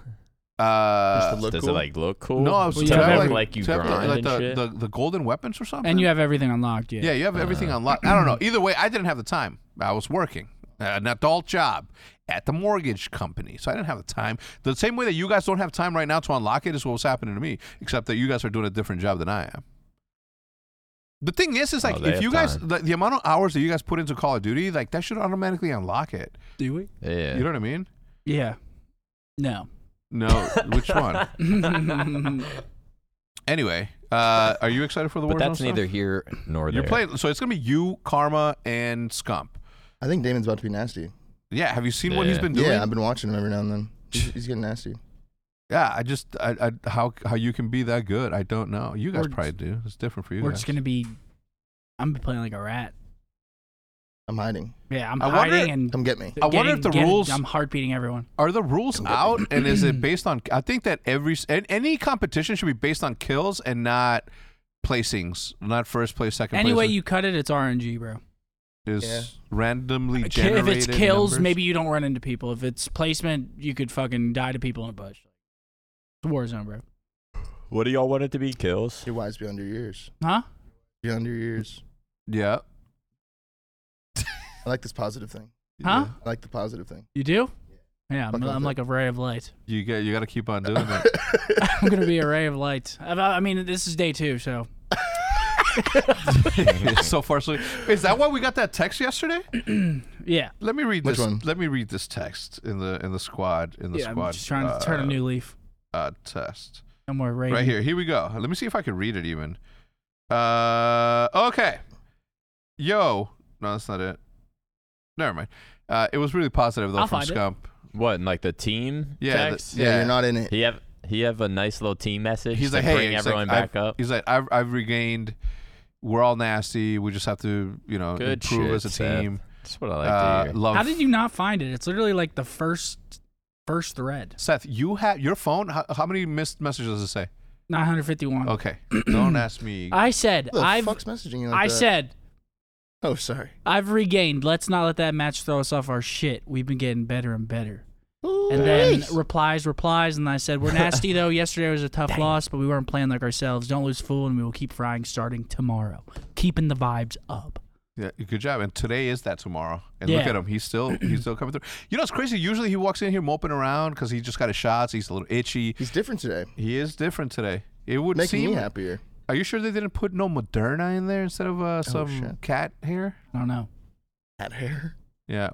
Speaker 4: Just to
Speaker 2: Uh,
Speaker 4: look
Speaker 1: Does
Speaker 4: cool.
Speaker 1: it like look cool?
Speaker 2: no, I was
Speaker 3: Well,
Speaker 1: to
Speaker 3: you have
Speaker 1: have,
Speaker 3: every-
Speaker 1: like you
Speaker 2: to have
Speaker 1: grind
Speaker 2: the, like
Speaker 1: and
Speaker 2: the,
Speaker 1: shit.
Speaker 2: The, the golden weapons or something.
Speaker 3: And you have everything unlocked, yeah.
Speaker 2: yeah, you have everything
Speaker 1: Uh.
Speaker 2: unlocked. I don't know. Either way, I didn't have the time. I was working an adult job at the mortgage company, so I didn't have the time. The same way that you guys don't have time right now to unlock it is what was happening to me, except that you guys are doing a different job than I am. The thing is, is
Speaker 1: Oh,
Speaker 2: like
Speaker 1: they
Speaker 2: if
Speaker 1: have
Speaker 2: you guys
Speaker 1: time.
Speaker 2: the, the amount of hours that you guys put into Call of Duty, like that should automatically unlock it.
Speaker 3: Do we?
Speaker 1: yeah.
Speaker 2: You know what I mean?
Speaker 3: Yeah. No.
Speaker 2: No, which one? Anyway, uh, are you excited for the
Speaker 1: but
Speaker 2: Warzone
Speaker 1: that's
Speaker 2: stuff?
Speaker 1: neither here nor there.
Speaker 2: You're playing, so it's gonna be you, Karma, and Scump.
Speaker 4: I think Damon's about to be nasty.
Speaker 2: Yeah, have you seen what he's
Speaker 1: Yeah.
Speaker 2: been doing?
Speaker 4: Yeah, I've been watching him every now and then. He's, he's getting nasty.
Speaker 2: Yeah, I just I, I how how you can be that good, I don't know. You guys
Speaker 3: We're
Speaker 2: probably do. It's different for you
Speaker 3: We're
Speaker 2: guys.
Speaker 3: just gonna be. I'm gonna be playing like a rat.
Speaker 4: I'm hiding.
Speaker 3: Yeah, I'm
Speaker 2: I wonder-
Speaker 3: hiding and.
Speaker 4: Come get me.
Speaker 2: I wonder if the rules-
Speaker 3: I'm heart beating everyone.
Speaker 2: Are the rules
Speaker 4: Come get me.
Speaker 2: out and is it based on I think that every an- any competition should be based on kills and not placings, not first place, second
Speaker 3: Any way
Speaker 2: place.
Speaker 3: you cut it, it's RNG, bro.
Speaker 2: is
Speaker 4: Yeah.
Speaker 2: randomly
Speaker 3: Ki- If
Speaker 2: generated.
Speaker 3: it's kills,
Speaker 2: numbers?
Speaker 3: maybe you don't run into people. If it's placement, you could fucking die to people in a bush. It's Warzone, bro.
Speaker 1: What do y'all want it to be? Kills?
Speaker 4: You're wise beyond your years.
Speaker 3: Huh?
Speaker 4: Beyond your years.
Speaker 2: Yeah.
Speaker 4: I like this positive thing.
Speaker 3: Huh?
Speaker 4: I like the positive thing.
Speaker 3: You do? Yeah, I'm,
Speaker 4: Fuck
Speaker 3: I'm
Speaker 4: with
Speaker 3: like a ray of light.
Speaker 2: You get you got to keep on doing that.
Speaker 3: I'm gonna be a ray of light. I, I mean, this is day two, so
Speaker 2: so far so Is that why we got that text yesterday?
Speaker 3: yeah.
Speaker 2: Let me read
Speaker 4: Which
Speaker 2: this
Speaker 4: one?
Speaker 2: let me read this text in the in the squad in the
Speaker 3: yeah,
Speaker 2: squad.
Speaker 3: I'm just trying to
Speaker 2: uh,
Speaker 3: turn a new leaf.
Speaker 2: uh, test.
Speaker 3: No more ray.
Speaker 2: Right here. Here we go. Let me see if I can read it even. Uh, okay. Yo. No, that's not it. Never mind. Uh, it was really positive though
Speaker 3: I'll
Speaker 2: from
Speaker 3: find it.
Speaker 2: Scump.
Speaker 1: What? in, Like the team?
Speaker 2: Yeah,
Speaker 1: text?
Speaker 2: the-
Speaker 4: Yeah,
Speaker 2: Yeah.
Speaker 4: you're not in it.
Speaker 1: He have he have a nice little team message.
Speaker 2: He's
Speaker 1: to
Speaker 2: like, hey,
Speaker 1: bring
Speaker 2: he's
Speaker 1: everyone
Speaker 2: like, I've-
Speaker 1: back up.
Speaker 2: He's like, I've I've regained. We're all nasty. We just have to, you know,
Speaker 1: Good
Speaker 2: improve
Speaker 1: shit,
Speaker 2: as a
Speaker 1: Seth.
Speaker 2: team.
Speaker 1: That's what I like
Speaker 2: Uh,
Speaker 1: to hear.
Speaker 2: love.
Speaker 3: How did you not find it? It's literally like the first first thread.
Speaker 2: Seth, you had your phone. How, how many missed messages does it say?
Speaker 3: 951.
Speaker 2: Okay, don't ask me.
Speaker 3: I said
Speaker 4: Who the
Speaker 3: I've
Speaker 4: fuck's messaging you like
Speaker 3: I
Speaker 4: that?
Speaker 3: said
Speaker 4: Oh, sorry.
Speaker 3: I've regained. Let's not let that match throw us off our shit. We've been getting better and better. And then replies, replies, and I said, "We're nasty though. Yesterday was a tough loss, but we weren't playing like ourselves. Don't lose fool, and we will keep frying starting tomorrow, keeping the vibes up."
Speaker 2: Yeah, good job. And today is that tomorrow. And look
Speaker 3: Yeah.
Speaker 2: at him. He's still he's still coming through. You know, it's crazy. Usually he walks in here moping around because he just got his shots. He's a little itchy.
Speaker 4: He's different today.
Speaker 2: He is different today. It would
Speaker 4: Making
Speaker 2: seem.
Speaker 4: me happier.
Speaker 2: Are you sure they didn't put no Moderna in there instead of uh, some
Speaker 4: Oh, shit.
Speaker 2: cat hair?
Speaker 3: I don't know.
Speaker 4: Hat hair.
Speaker 2: Yeah.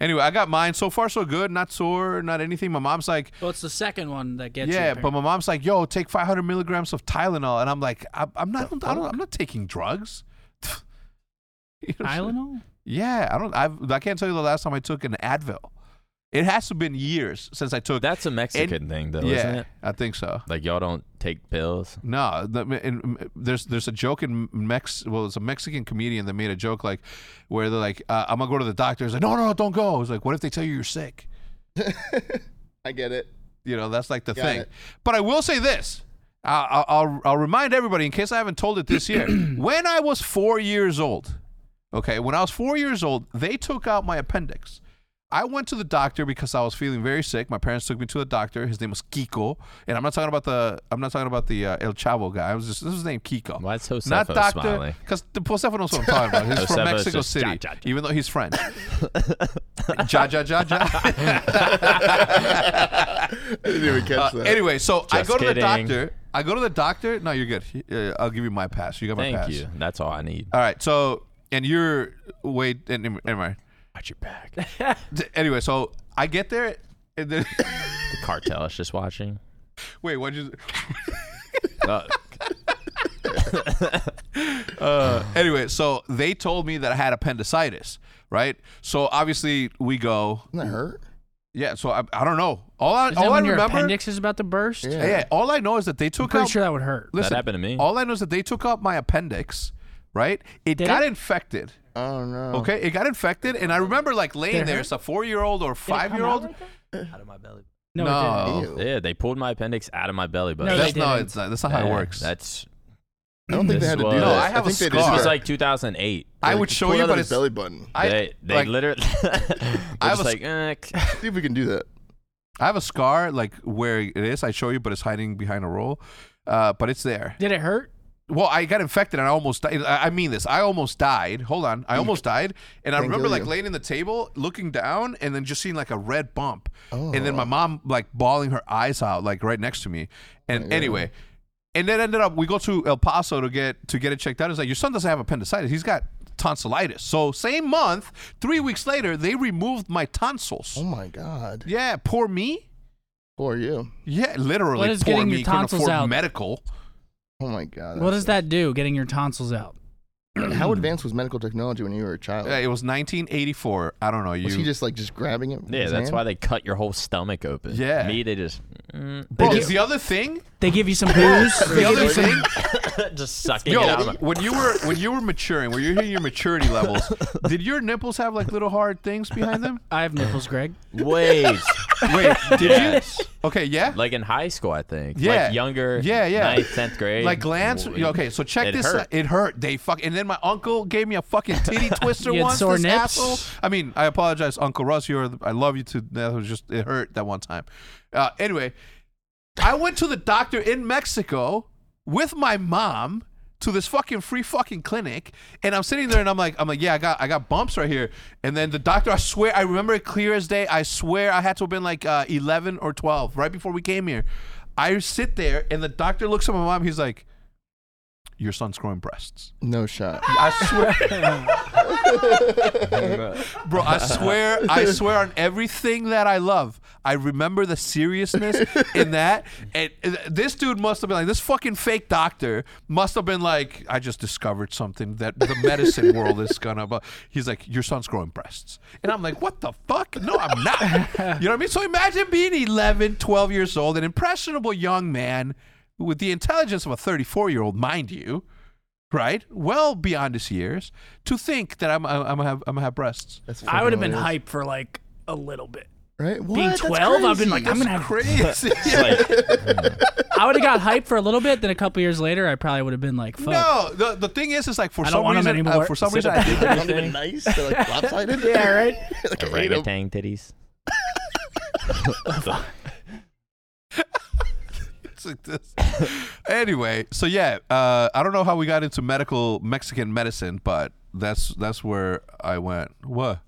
Speaker 2: Anyway, I got mine. So far, so good. Not sore. Not anything. My mom's like,
Speaker 3: Well, it's the second one that gets
Speaker 2: yeah, but my mom's like, yo, take 500 milligrams of Tylenol, and I'm like, I, I'm not, I don't, I'm not taking drugs. You know what I'm saying?
Speaker 3: Tylenol.
Speaker 2: Yeah, I don't. I've, I can't tell you the last time I took an Advil. It has to have been years since I took.
Speaker 1: That's a Mexican thing, though,
Speaker 2: yeah,
Speaker 1: isn't it?
Speaker 2: I think so.
Speaker 1: Like y'all don't take pills.
Speaker 2: No, the, in, there's there's a joke in Mex. Well, it's a Mexican comedian that made a joke like, where they're like, uh, "I'm gonna go to the doctor." He's like, "No, no, no, don't go." He's like, "What if they tell you you're sick?"
Speaker 4: I get it.
Speaker 2: You know, that's like the
Speaker 4: Got
Speaker 2: thing.
Speaker 4: it.
Speaker 2: But I will say this. I'll, I'll, I'll remind everybody in case I haven't told it this year. when I was four years old, okay, when I was four years old, they took out my appendix. I went to the doctor because I was feeling very sick. My parents took me to the doctor. His name was Kiko, and I'm not talking about the I'm not talking about the uh, El Chavo guy. I was just this was named Kiko.
Speaker 1: Why is Josefo
Speaker 2: not doctor?
Speaker 1: smiling?
Speaker 2: Because the Josefo knows what I'm talking about. He's from
Speaker 1: Josefo's
Speaker 2: Mexico
Speaker 1: just
Speaker 2: City,
Speaker 1: ja, ja, ja.
Speaker 2: even though he's French. ja ja ja ja.
Speaker 4: I didn't even catch
Speaker 2: Uh,
Speaker 4: that.
Speaker 2: anyway, so I
Speaker 1: Just
Speaker 2: go to the
Speaker 1: kidding.
Speaker 2: doctor. I go to the doctor. No, you're good. He- uh, I'll give you my pass. You got my
Speaker 1: Thank
Speaker 2: pass. Uh,
Speaker 1: you. That's all I need.
Speaker 2: All right. So, and you're wait. And, and, anyway.
Speaker 1: Watch your back.
Speaker 2: anyway, so I get there. And then,
Speaker 1: The cartel is just watching.
Speaker 2: wait, what'd you?
Speaker 1: Uh,
Speaker 2: Uh, anyway, so they told me that I had appendicitis. Right. So obviously we go.
Speaker 4: Doesn't that hurt?
Speaker 2: Yeah. So I, I don't know. All I
Speaker 3: Is
Speaker 2: all
Speaker 3: that
Speaker 2: I
Speaker 3: when your
Speaker 2: remember.
Speaker 3: appendix is about to burst?
Speaker 4: Yeah.
Speaker 2: yeah. All I know is that they took
Speaker 3: Pretty
Speaker 2: out.
Speaker 3: sure that would hurt.
Speaker 1: that
Speaker 2: listen,
Speaker 1: happened to me.
Speaker 2: all I know is that they took out my appendix. Right. It
Speaker 3: Did
Speaker 2: got
Speaker 3: it?
Speaker 2: infected.
Speaker 4: Oh no.
Speaker 2: Okay, it got infected, and I remember like laying
Speaker 3: Did it
Speaker 2: there.
Speaker 3: hurt?
Speaker 2: It's a four-year-old or
Speaker 3: Did it come out
Speaker 2: five-year-old.
Speaker 3: like that?
Speaker 1: out of my belly.
Speaker 3: No, it
Speaker 1: Oh,
Speaker 3: didn't.
Speaker 2: No.
Speaker 4: Ew.
Speaker 1: Yeah, they pulled my appendix out of my belly button.
Speaker 3: No,
Speaker 2: that's
Speaker 3: they
Speaker 2: no,
Speaker 3: didn't.
Speaker 2: it's not, that's not how it
Speaker 1: Yeah,
Speaker 2: works.
Speaker 1: That's
Speaker 4: I don't think they
Speaker 1: This
Speaker 4: had to do
Speaker 1: was-
Speaker 4: that.
Speaker 1: No, I
Speaker 2: have a
Speaker 4: think they
Speaker 1: this
Speaker 2: scar.
Speaker 4: just
Speaker 1: was like 2008.
Speaker 2: I
Speaker 4: Like,
Speaker 2: would
Speaker 4: just
Speaker 2: show
Speaker 4: pull
Speaker 2: you,
Speaker 4: out
Speaker 2: but
Speaker 4: his
Speaker 2: it's
Speaker 4: belly button.
Speaker 2: I,
Speaker 1: they they
Speaker 2: like,
Speaker 1: literally. I
Speaker 2: I
Speaker 1: was
Speaker 2: was-
Speaker 1: like, eh,
Speaker 4: See if we can do that.
Speaker 2: I have a scar like where it is. I show you, but it's hiding behind a roll. Uh, but it's there.
Speaker 3: Did it hurt?
Speaker 2: Well, I got infected and I almost died. I I mean this. I almost died. Hold on. I almost died. And I
Speaker 4: Thank
Speaker 2: remember like
Speaker 4: you.
Speaker 2: laying in the table, looking down, and then just seeing like a red bump.
Speaker 4: Oh.
Speaker 2: And then my mom like bawling her eyes out, like right next to me. And
Speaker 4: God.
Speaker 2: anyway. And then ended up we go to El Paso to get to get it checked out. It's like your son doesn't have appendicitis. He's got tonsillitis. So same month, three weeks later, they removed my tonsils.
Speaker 4: Oh my god.
Speaker 2: Yeah, poor me.
Speaker 4: Who are you?
Speaker 2: Yeah, literally.
Speaker 3: What is
Speaker 2: poor
Speaker 3: getting
Speaker 2: me.
Speaker 3: your
Speaker 2: Couldn't
Speaker 3: tonsils
Speaker 2: afford
Speaker 3: out?
Speaker 2: medical.
Speaker 4: Oh my god.
Speaker 3: What does that do? Getting your tonsils out.
Speaker 4: How advanced was medical technology when you were a child?
Speaker 2: Yeah, it was 1984. I don't know. You
Speaker 4: Oh. was he just like just grabbing it? with
Speaker 1: Yeah,
Speaker 4: his
Speaker 1: that's
Speaker 4: hand?
Speaker 1: why they cut your whole stomach open.
Speaker 2: Yeah.
Speaker 1: Me, they just mm,
Speaker 2: Bro,
Speaker 3: Did
Speaker 2: the other thing,
Speaker 3: They give you some booze. they
Speaker 2: the
Speaker 3: give
Speaker 2: other
Speaker 3: you some
Speaker 2: thing,
Speaker 1: just sucking it out.
Speaker 2: yo,
Speaker 1: of my-
Speaker 2: when you were when you were maturing, when you're hitting your maturity levels, did your nipples have like little hard things behind them?
Speaker 3: I have nipples, Greg.
Speaker 1: Wait,
Speaker 2: Wait, did
Speaker 1: Yes.
Speaker 2: you? Okay, yeah.
Speaker 1: like in high school, I think.
Speaker 2: Yeah.
Speaker 1: Like younger.
Speaker 2: Yeah, yeah.
Speaker 1: Ninth, tenth grade.
Speaker 2: Like glands.
Speaker 1: W-
Speaker 2: Okay, so check
Speaker 1: it
Speaker 2: this.
Speaker 1: hurt.
Speaker 2: out. It hurt. They fuck. And then my uncle gave me a fucking titty twister
Speaker 3: You had
Speaker 2: once.
Speaker 3: sore
Speaker 2: this
Speaker 3: nips?
Speaker 2: asshole. I mean, I apologize, Uncle Russ. You're. the- I love you too. That was just. It hurt that one time. Uh, anyway, I went to the doctor in Mexico with my mom to this fucking free fucking clinic and I'm sitting there and I'm like I'm like yeah I got I got bumps right here and then the doctor I swear I remember it clear as day I swear I had to have been like uh, 11 or 12 right before we came here I sit there and the doctor looks at my mom he's like your son's growing breasts
Speaker 4: No shot.
Speaker 2: I swear bro I swear I swear on everything that I love I remember the seriousness in that and and this dude must have been like this fucking fake doctor must have been like I just discovered something that the medicine world is gonna but he's like your son's growing breasts and I'm like what the fuck no I'm not you know what I mean so imagine being 11 12 years old an impressionable young man with the intelligence of a 34 year old mind you right? Well beyond his years, to think that I'm I'm, I'm gonna have I'm gonna have breasts.
Speaker 4: That's
Speaker 3: I would have been
Speaker 4: fucking
Speaker 3: hyped for like a little bit.
Speaker 4: hilarious. Right? What?
Speaker 3: Being
Speaker 4: That's
Speaker 3: 12, I've been
Speaker 4: crazy.
Speaker 3: like, I'm gonna have.
Speaker 2: Crazy.
Speaker 3: I would have got hyped for a little bit. Then a couple years later, I probably would have been like, "Fuck."
Speaker 2: no, the the thing is, is like for
Speaker 3: I don't
Speaker 2: some
Speaker 3: want 'em
Speaker 2: reason, uh,
Speaker 3: anymore.
Speaker 2: for some
Speaker 1: Sit
Speaker 2: reason, I
Speaker 1: up.
Speaker 2: did
Speaker 4: They're not even nice. They're like lopsided. yeah, right. like, I hate 'em.
Speaker 1: Orangutan titties.
Speaker 2: things like this. anyway, so yeah, uh, I don't know how we got into medical Mexican medicine, but that's that's where I went. What?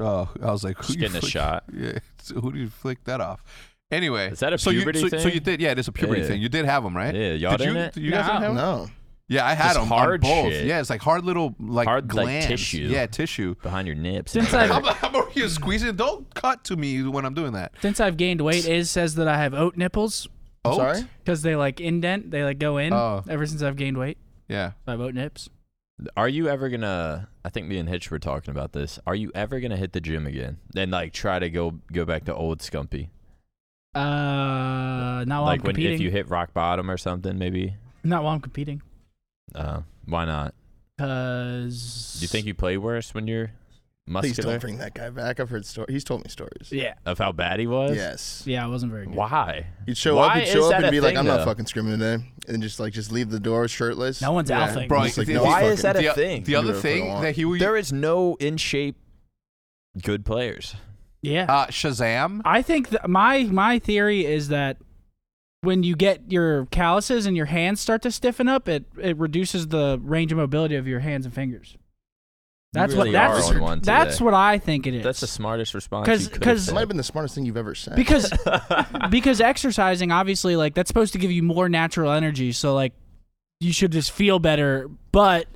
Speaker 2: Oh, I was like, who
Speaker 1: Just
Speaker 2: you
Speaker 1: getting a
Speaker 2: flick-
Speaker 1: shot.
Speaker 2: Yeah, so who do you flick that off? Anyway,
Speaker 1: Is that a
Speaker 2: so you-
Speaker 1: puberty
Speaker 2: so, So
Speaker 1: thing?
Speaker 2: you did, yeah, it is a puberty
Speaker 1: Yeah.
Speaker 2: thing. You did have them, right?
Speaker 1: Yeah, y'all
Speaker 2: did you,
Speaker 1: didn't?
Speaker 2: You guys
Speaker 3: No.
Speaker 2: didn't have 'em?
Speaker 4: No.
Speaker 2: Yeah, I had
Speaker 1: Just
Speaker 2: them
Speaker 1: hard
Speaker 2: on both.
Speaker 1: shit.
Speaker 2: Yeah, it's like hard little like
Speaker 1: Hard, like,
Speaker 2: glands.
Speaker 1: tissue.
Speaker 2: Yeah, tissue.
Speaker 1: Behind your nips.
Speaker 3: Since
Speaker 2: How
Speaker 3: I've
Speaker 2: about, how about you squeeze it? Don't cut to me when I'm doing that.
Speaker 3: since I've gained weight, Iz says that I have oat nipples
Speaker 2: Oh,
Speaker 4: Sorry?
Speaker 3: because they like indent. They like go in.
Speaker 2: Oh.
Speaker 3: Ever since I've gained weight,
Speaker 2: Yeah.
Speaker 3: I have oat nips.
Speaker 1: Are you ever gonna? I think me and Hitch were talking about this. Are you ever gonna hit the gym again? Then like try to go go back to old Scumpy.
Speaker 3: Uh, not while I'm
Speaker 1: like when
Speaker 3: competing.
Speaker 1: if you hit rock bottom or something, maybe.
Speaker 3: Not while I'm competing.
Speaker 1: Uh, why not?
Speaker 3: Cause
Speaker 1: Do you think you play worse when you're
Speaker 4: Please
Speaker 1: muscular?
Speaker 4: don't bring that guy back. I've heard stories. He's told me stories.
Speaker 3: Yeah,
Speaker 1: Of how bad he was.
Speaker 4: Yes.
Speaker 3: yeah, I wasn't very good.
Speaker 1: Why?
Speaker 4: You'd show
Speaker 1: Why
Speaker 4: up, you'd
Speaker 1: is
Speaker 4: show
Speaker 1: that
Speaker 4: up and
Speaker 1: a
Speaker 4: be like,
Speaker 1: thing,
Speaker 4: I'm
Speaker 1: though?
Speaker 4: not fucking screaming today. And just like, just leave the door shirtless.
Speaker 3: No one's
Speaker 4: Yeah.
Speaker 3: alphing.
Speaker 2: Bro,
Speaker 4: Just like,
Speaker 2: the-
Speaker 4: no,
Speaker 1: Why
Speaker 4: fucking-
Speaker 1: is that
Speaker 2: the,
Speaker 1: a thing?
Speaker 2: The other
Speaker 4: You're
Speaker 2: thing
Speaker 4: fucking
Speaker 2: that he would
Speaker 1: There is no in shape good players.
Speaker 3: Yeah,
Speaker 2: uh, Shazam.
Speaker 3: I think th- my my theory is that when you get your calluses and your hands start to stiffen up, it it reduces the range of mobility of your hands and fingers. That's
Speaker 1: really
Speaker 3: what that's
Speaker 1: are on one
Speaker 3: that's
Speaker 1: today.
Speaker 3: what I think it is.
Speaker 1: That's the smartest response.
Speaker 3: 'Cause-
Speaker 1: you could've
Speaker 3: 'cause-
Speaker 4: It
Speaker 1: said.
Speaker 4: might have been the smartest thing you've ever said.
Speaker 3: because because exercising obviously like that's supposed to give you more natural energy, so like you should just feel better, but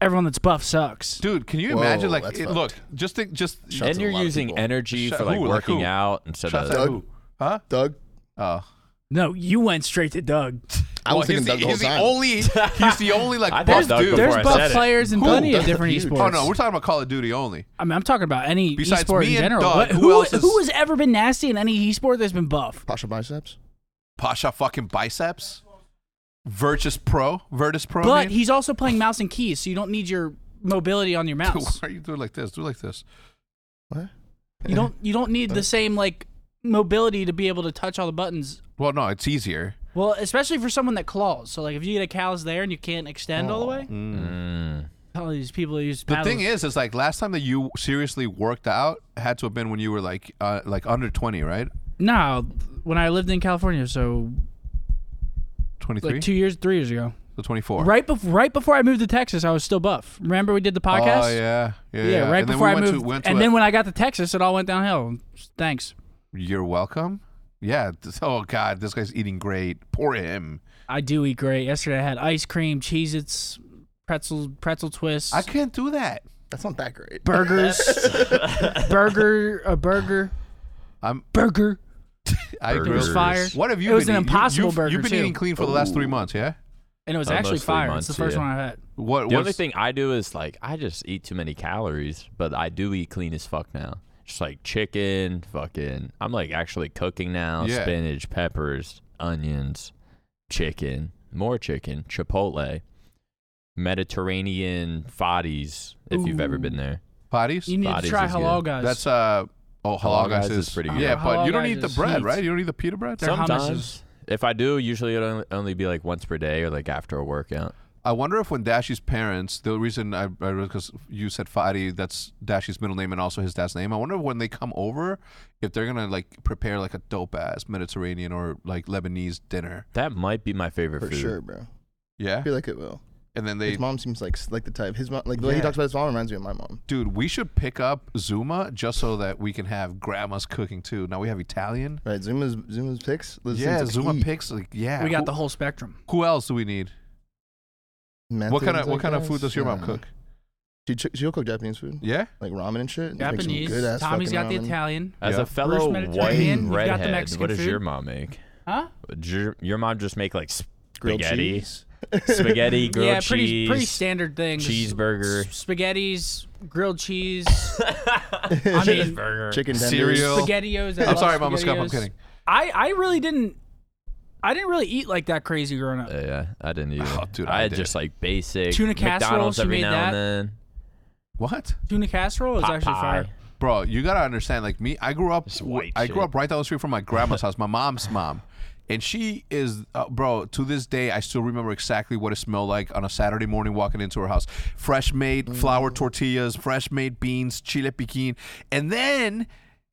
Speaker 3: everyone that's buff sucks.
Speaker 2: Dude, can you
Speaker 4: Whoa,
Speaker 2: imagine? Like,
Speaker 4: that's
Speaker 2: it,
Speaker 4: fucked.
Speaker 2: look, just think, just
Speaker 4: Shots
Speaker 1: and
Speaker 4: at a
Speaker 1: you're
Speaker 4: lot of
Speaker 1: using
Speaker 4: people.
Speaker 1: energy
Speaker 2: Shut-
Speaker 1: for like
Speaker 2: who, like
Speaker 1: working
Speaker 2: who?
Speaker 1: out instead
Speaker 2: shots
Speaker 1: of
Speaker 2: at who? Huh?
Speaker 4: Doug,
Speaker 2: Oh,
Speaker 3: No, you went straight to Doug.
Speaker 4: I was
Speaker 2: Well,
Speaker 4: thinking Doug the whole
Speaker 2: he's the,
Speaker 4: time.
Speaker 2: he's the only. He's the only
Speaker 1: I
Speaker 2: like
Speaker 1: thought
Speaker 2: buff
Speaker 1: Doug
Speaker 2: dude.
Speaker 1: before
Speaker 3: There's
Speaker 1: I said
Speaker 3: buff
Speaker 1: it.
Speaker 3: players in
Speaker 4: Who?
Speaker 3: plenty of
Speaker 4: That's
Speaker 3: different
Speaker 4: huge.
Speaker 3: esports.
Speaker 2: Oh no, we're talking about Call of Duty only.
Speaker 3: I mean, I'm talking about any
Speaker 2: Besides
Speaker 3: esport
Speaker 2: me and
Speaker 3: in general.
Speaker 2: Doug,
Speaker 3: What-
Speaker 2: who
Speaker 3: who,
Speaker 2: else is-
Speaker 3: who has ever been nasty in any esport that's been buff?
Speaker 4: Pasha biceps.
Speaker 2: Pasha fucking biceps. Virtus Pro. Virtus Pro. I
Speaker 3: But
Speaker 2: mean.
Speaker 3: he's also playing mouse and keys, so you don't need your mobility on your
Speaker 2: Dude,
Speaker 3: mouse.
Speaker 2: why are you doing like this? Do like this.
Speaker 4: What?
Speaker 3: You don't you don't need the same like mobility to be able to touch all the buttons.
Speaker 2: Well, no, it's easier.
Speaker 3: Well, especially for someone that claws. So like if you get a callus there and you can't extend
Speaker 2: Oh,
Speaker 3: all the way,
Speaker 1: Mm.
Speaker 3: all these people who use
Speaker 2: The
Speaker 3: paddles.
Speaker 2: thing is, is like last time that you seriously worked out had to have been when you were like uh, like under twenty, right?
Speaker 3: no, when I lived in California, so
Speaker 2: Twenty three,
Speaker 3: like two years, three years ago,
Speaker 2: so twenty four.
Speaker 3: right before right before I moved to Texas, I was still buff. Remember we did the
Speaker 2: Oh
Speaker 3: podcast?
Speaker 2: yeah, yeah.
Speaker 3: Yeah, right
Speaker 2: and then
Speaker 3: before
Speaker 2: we
Speaker 3: I
Speaker 2: went
Speaker 3: moved,
Speaker 2: to, went to
Speaker 3: and
Speaker 2: a-
Speaker 3: then when I got to Texas, it all went downhill. Thanks.
Speaker 2: you're welcome. Yeah. This, oh God, this guy's eating great. Poor him.
Speaker 3: I do eat great. Yesterday I had ice cream, Cheez-Its, pretzel pretzel twists,
Speaker 2: I can't do that.
Speaker 4: That's not that great.
Speaker 3: burgers, burger, a burger,
Speaker 2: I'm.
Speaker 3: burger.
Speaker 2: I
Speaker 1: Burgers.
Speaker 3: It was fire.
Speaker 2: What have you?
Speaker 3: It was
Speaker 2: been
Speaker 3: an
Speaker 2: eating? You-
Speaker 3: Impossible
Speaker 2: you've,
Speaker 3: Burger,
Speaker 2: You've been
Speaker 3: too.
Speaker 2: eating clean for the last three months, yeah?
Speaker 3: and it was
Speaker 1: Uh,
Speaker 3: actually
Speaker 1: mostly
Speaker 3: fire.
Speaker 1: months,
Speaker 3: it's the first
Speaker 1: yeah.
Speaker 3: one I had.
Speaker 2: What?
Speaker 1: The only
Speaker 2: What's,
Speaker 1: thing I do is like I just eat too many calories, but I do eat clean as fuck now. Just like chicken, fucking. I'm like actually cooking now.
Speaker 2: Yeah.
Speaker 1: Spinach, peppers, onions, chicken, more chicken, Chipotle, Mediterranean fadis. If you've ever
Speaker 3: Ooh.
Speaker 1: been there,
Speaker 2: Patties?
Speaker 3: You need to
Speaker 1: Bodies
Speaker 3: try
Speaker 1: is good.
Speaker 3: halal guys.
Speaker 2: That's uh oh, halal
Speaker 1: Halal
Speaker 2: guys
Speaker 1: guys
Speaker 2: is,
Speaker 1: is pretty
Speaker 2: Yeah,
Speaker 3: good.
Speaker 2: but
Speaker 3: Halal
Speaker 2: you don't
Speaker 3: guys
Speaker 2: eat the
Speaker 3: is
Speaker 2: bread,
Speaker 3: heat.
Speaker 2: right? You don't eat the pita bread.
Speaker 3: They're hummus
Speaker 1: sometimes
Speaker 3: is-
Speaker 1: if I do, usually it only, only be like once per day or like after a workout.
Speaker 2: I wonder if when Dashi's parents, the reason I because you said Fadi, that's Dashi's middle name and also his dad's name. I wonder when they come over, if they're gonna like prepare like a dope ass Mediterranean or like Lebanese dinner.
Speaker 1: That might be my favorite
Speaker 4: for
Speaker 1: food.
Speaker 4: sure, bro. I
Speaker 2: Yeah,
Speaker 4: feel like it will.
Speaker 2: and then they,
Speaker 4: His mom seems like like the type. His mom, like the way
Speaker 2: Yeah.
Speaker 4: he talks about his mom, reminds me of my mom.
Speaker 2: dude, we should pick up Zuma just so that we can have grandma's cooking too. Now we have Italian.
Speaker 4: Right? Zuma's Zuma's picks. Those
Speaker 2: yeah,
Speaker 4: things
Speaker 2: Zuma
Speaker 4: like heat.
Speaker 2: picks. Like, yeah,
Speaker 3: we got
Speaker 2: who,
Speaker 3: the whole spectrum.
Speaker 2: Who else do we need?
Speaker 4: Meth
Speaker 2: what kind of
Speaker 4: things,
Speaker 2: what
Speaker 4: I
Speaker 2: kind of food
Speaker 4: guess.
Speaker 2: does your mom
Speaker 4: Yeah.
Speaker 2: cook?
Speaker 4: She ch- she'll cook Japanese food,
Speaker 2: Yeah,
Speaker 4: like ramen and shit. and make some
Speaker 3: Japanese.
Speaker 4: good-ass
Speaker 3: Tommy's got
Speaker 4: fucking
Speaker 3: the
Speaker 4: ramen.
Speaker 3: Italian.
Speaker 1: As
Speaker 2: Yeah.
Speaker 1: a fellow white
Speaker 3: Mediterranean, you've got the
Speaker 1: redhead,
Speaker 3: Mexican
Speaker 1: what does
Speaker 3: food.
Speaker 1: your mom make?
Speaker 3: Huh?
Speaker 1: Does Your, your mom just make like
Speaker 4: Grilled
Speaker 1: spaghetti,
Speaker 4: cheese.
Speaker 1: spaghetti, grilled
Speaker 3: yeah, pretty
Speaker 1: cheese,
Speaker 3: pretty standard things.
Speaker 1: cheeseburger.
Speaker 3: S- Spaghetti's, grilled cheese. I mean,
Speaker 4: chicken tenders.
Speaker 2: cereal.
Speaker 3: spaghettios. I
Speaker 2: I'm
Speaker 3: love
Speaker 2: sorry, Mama Scuff. I'm
Speaker 3: SpaghettiOs.
Speaker 2: kidding.
Speaker 3: I I really didn't. I didn't really eat like that crazy growing up.
Speaker 1: Uh, yeah, I didn't either.
Speaker 2: Oh, dude,
Speaker 1: I,
Speaker 2: I
Speaker 1: had
Speaker 2: did.
Speaker 1: just like basic
Speaker 3: Tuna casserole,
Speaker 1: McDonald's
Speaker 3: she
Speaker 1: every
Speaker 3: made
Speaker 1: now
Speaker 3: that.
Speaker 1: and then.
Speaker 2: What?
Speaker 3: Tuna casserole is
Speaker 1: Pot
Speaker 3: actually
Speaker 1: pie.
Speaker 3: fire.
Speaker 2: Bro, you gotta understand. Like me, I grew up.
Speaker 1: Just white
Speaker 2: I grew
Speaker 1: shit.
Speaker 2: up right down the street from my grandma's house, my mom's mom, and she is, uh, bro. To this day, I still remember exactly what it smelled like on a Saturday morning walking into her house. Fresh made
Speaker 1: Mm.
Speaker 2: flour tortillas, fresh made beans, chile piquin, and then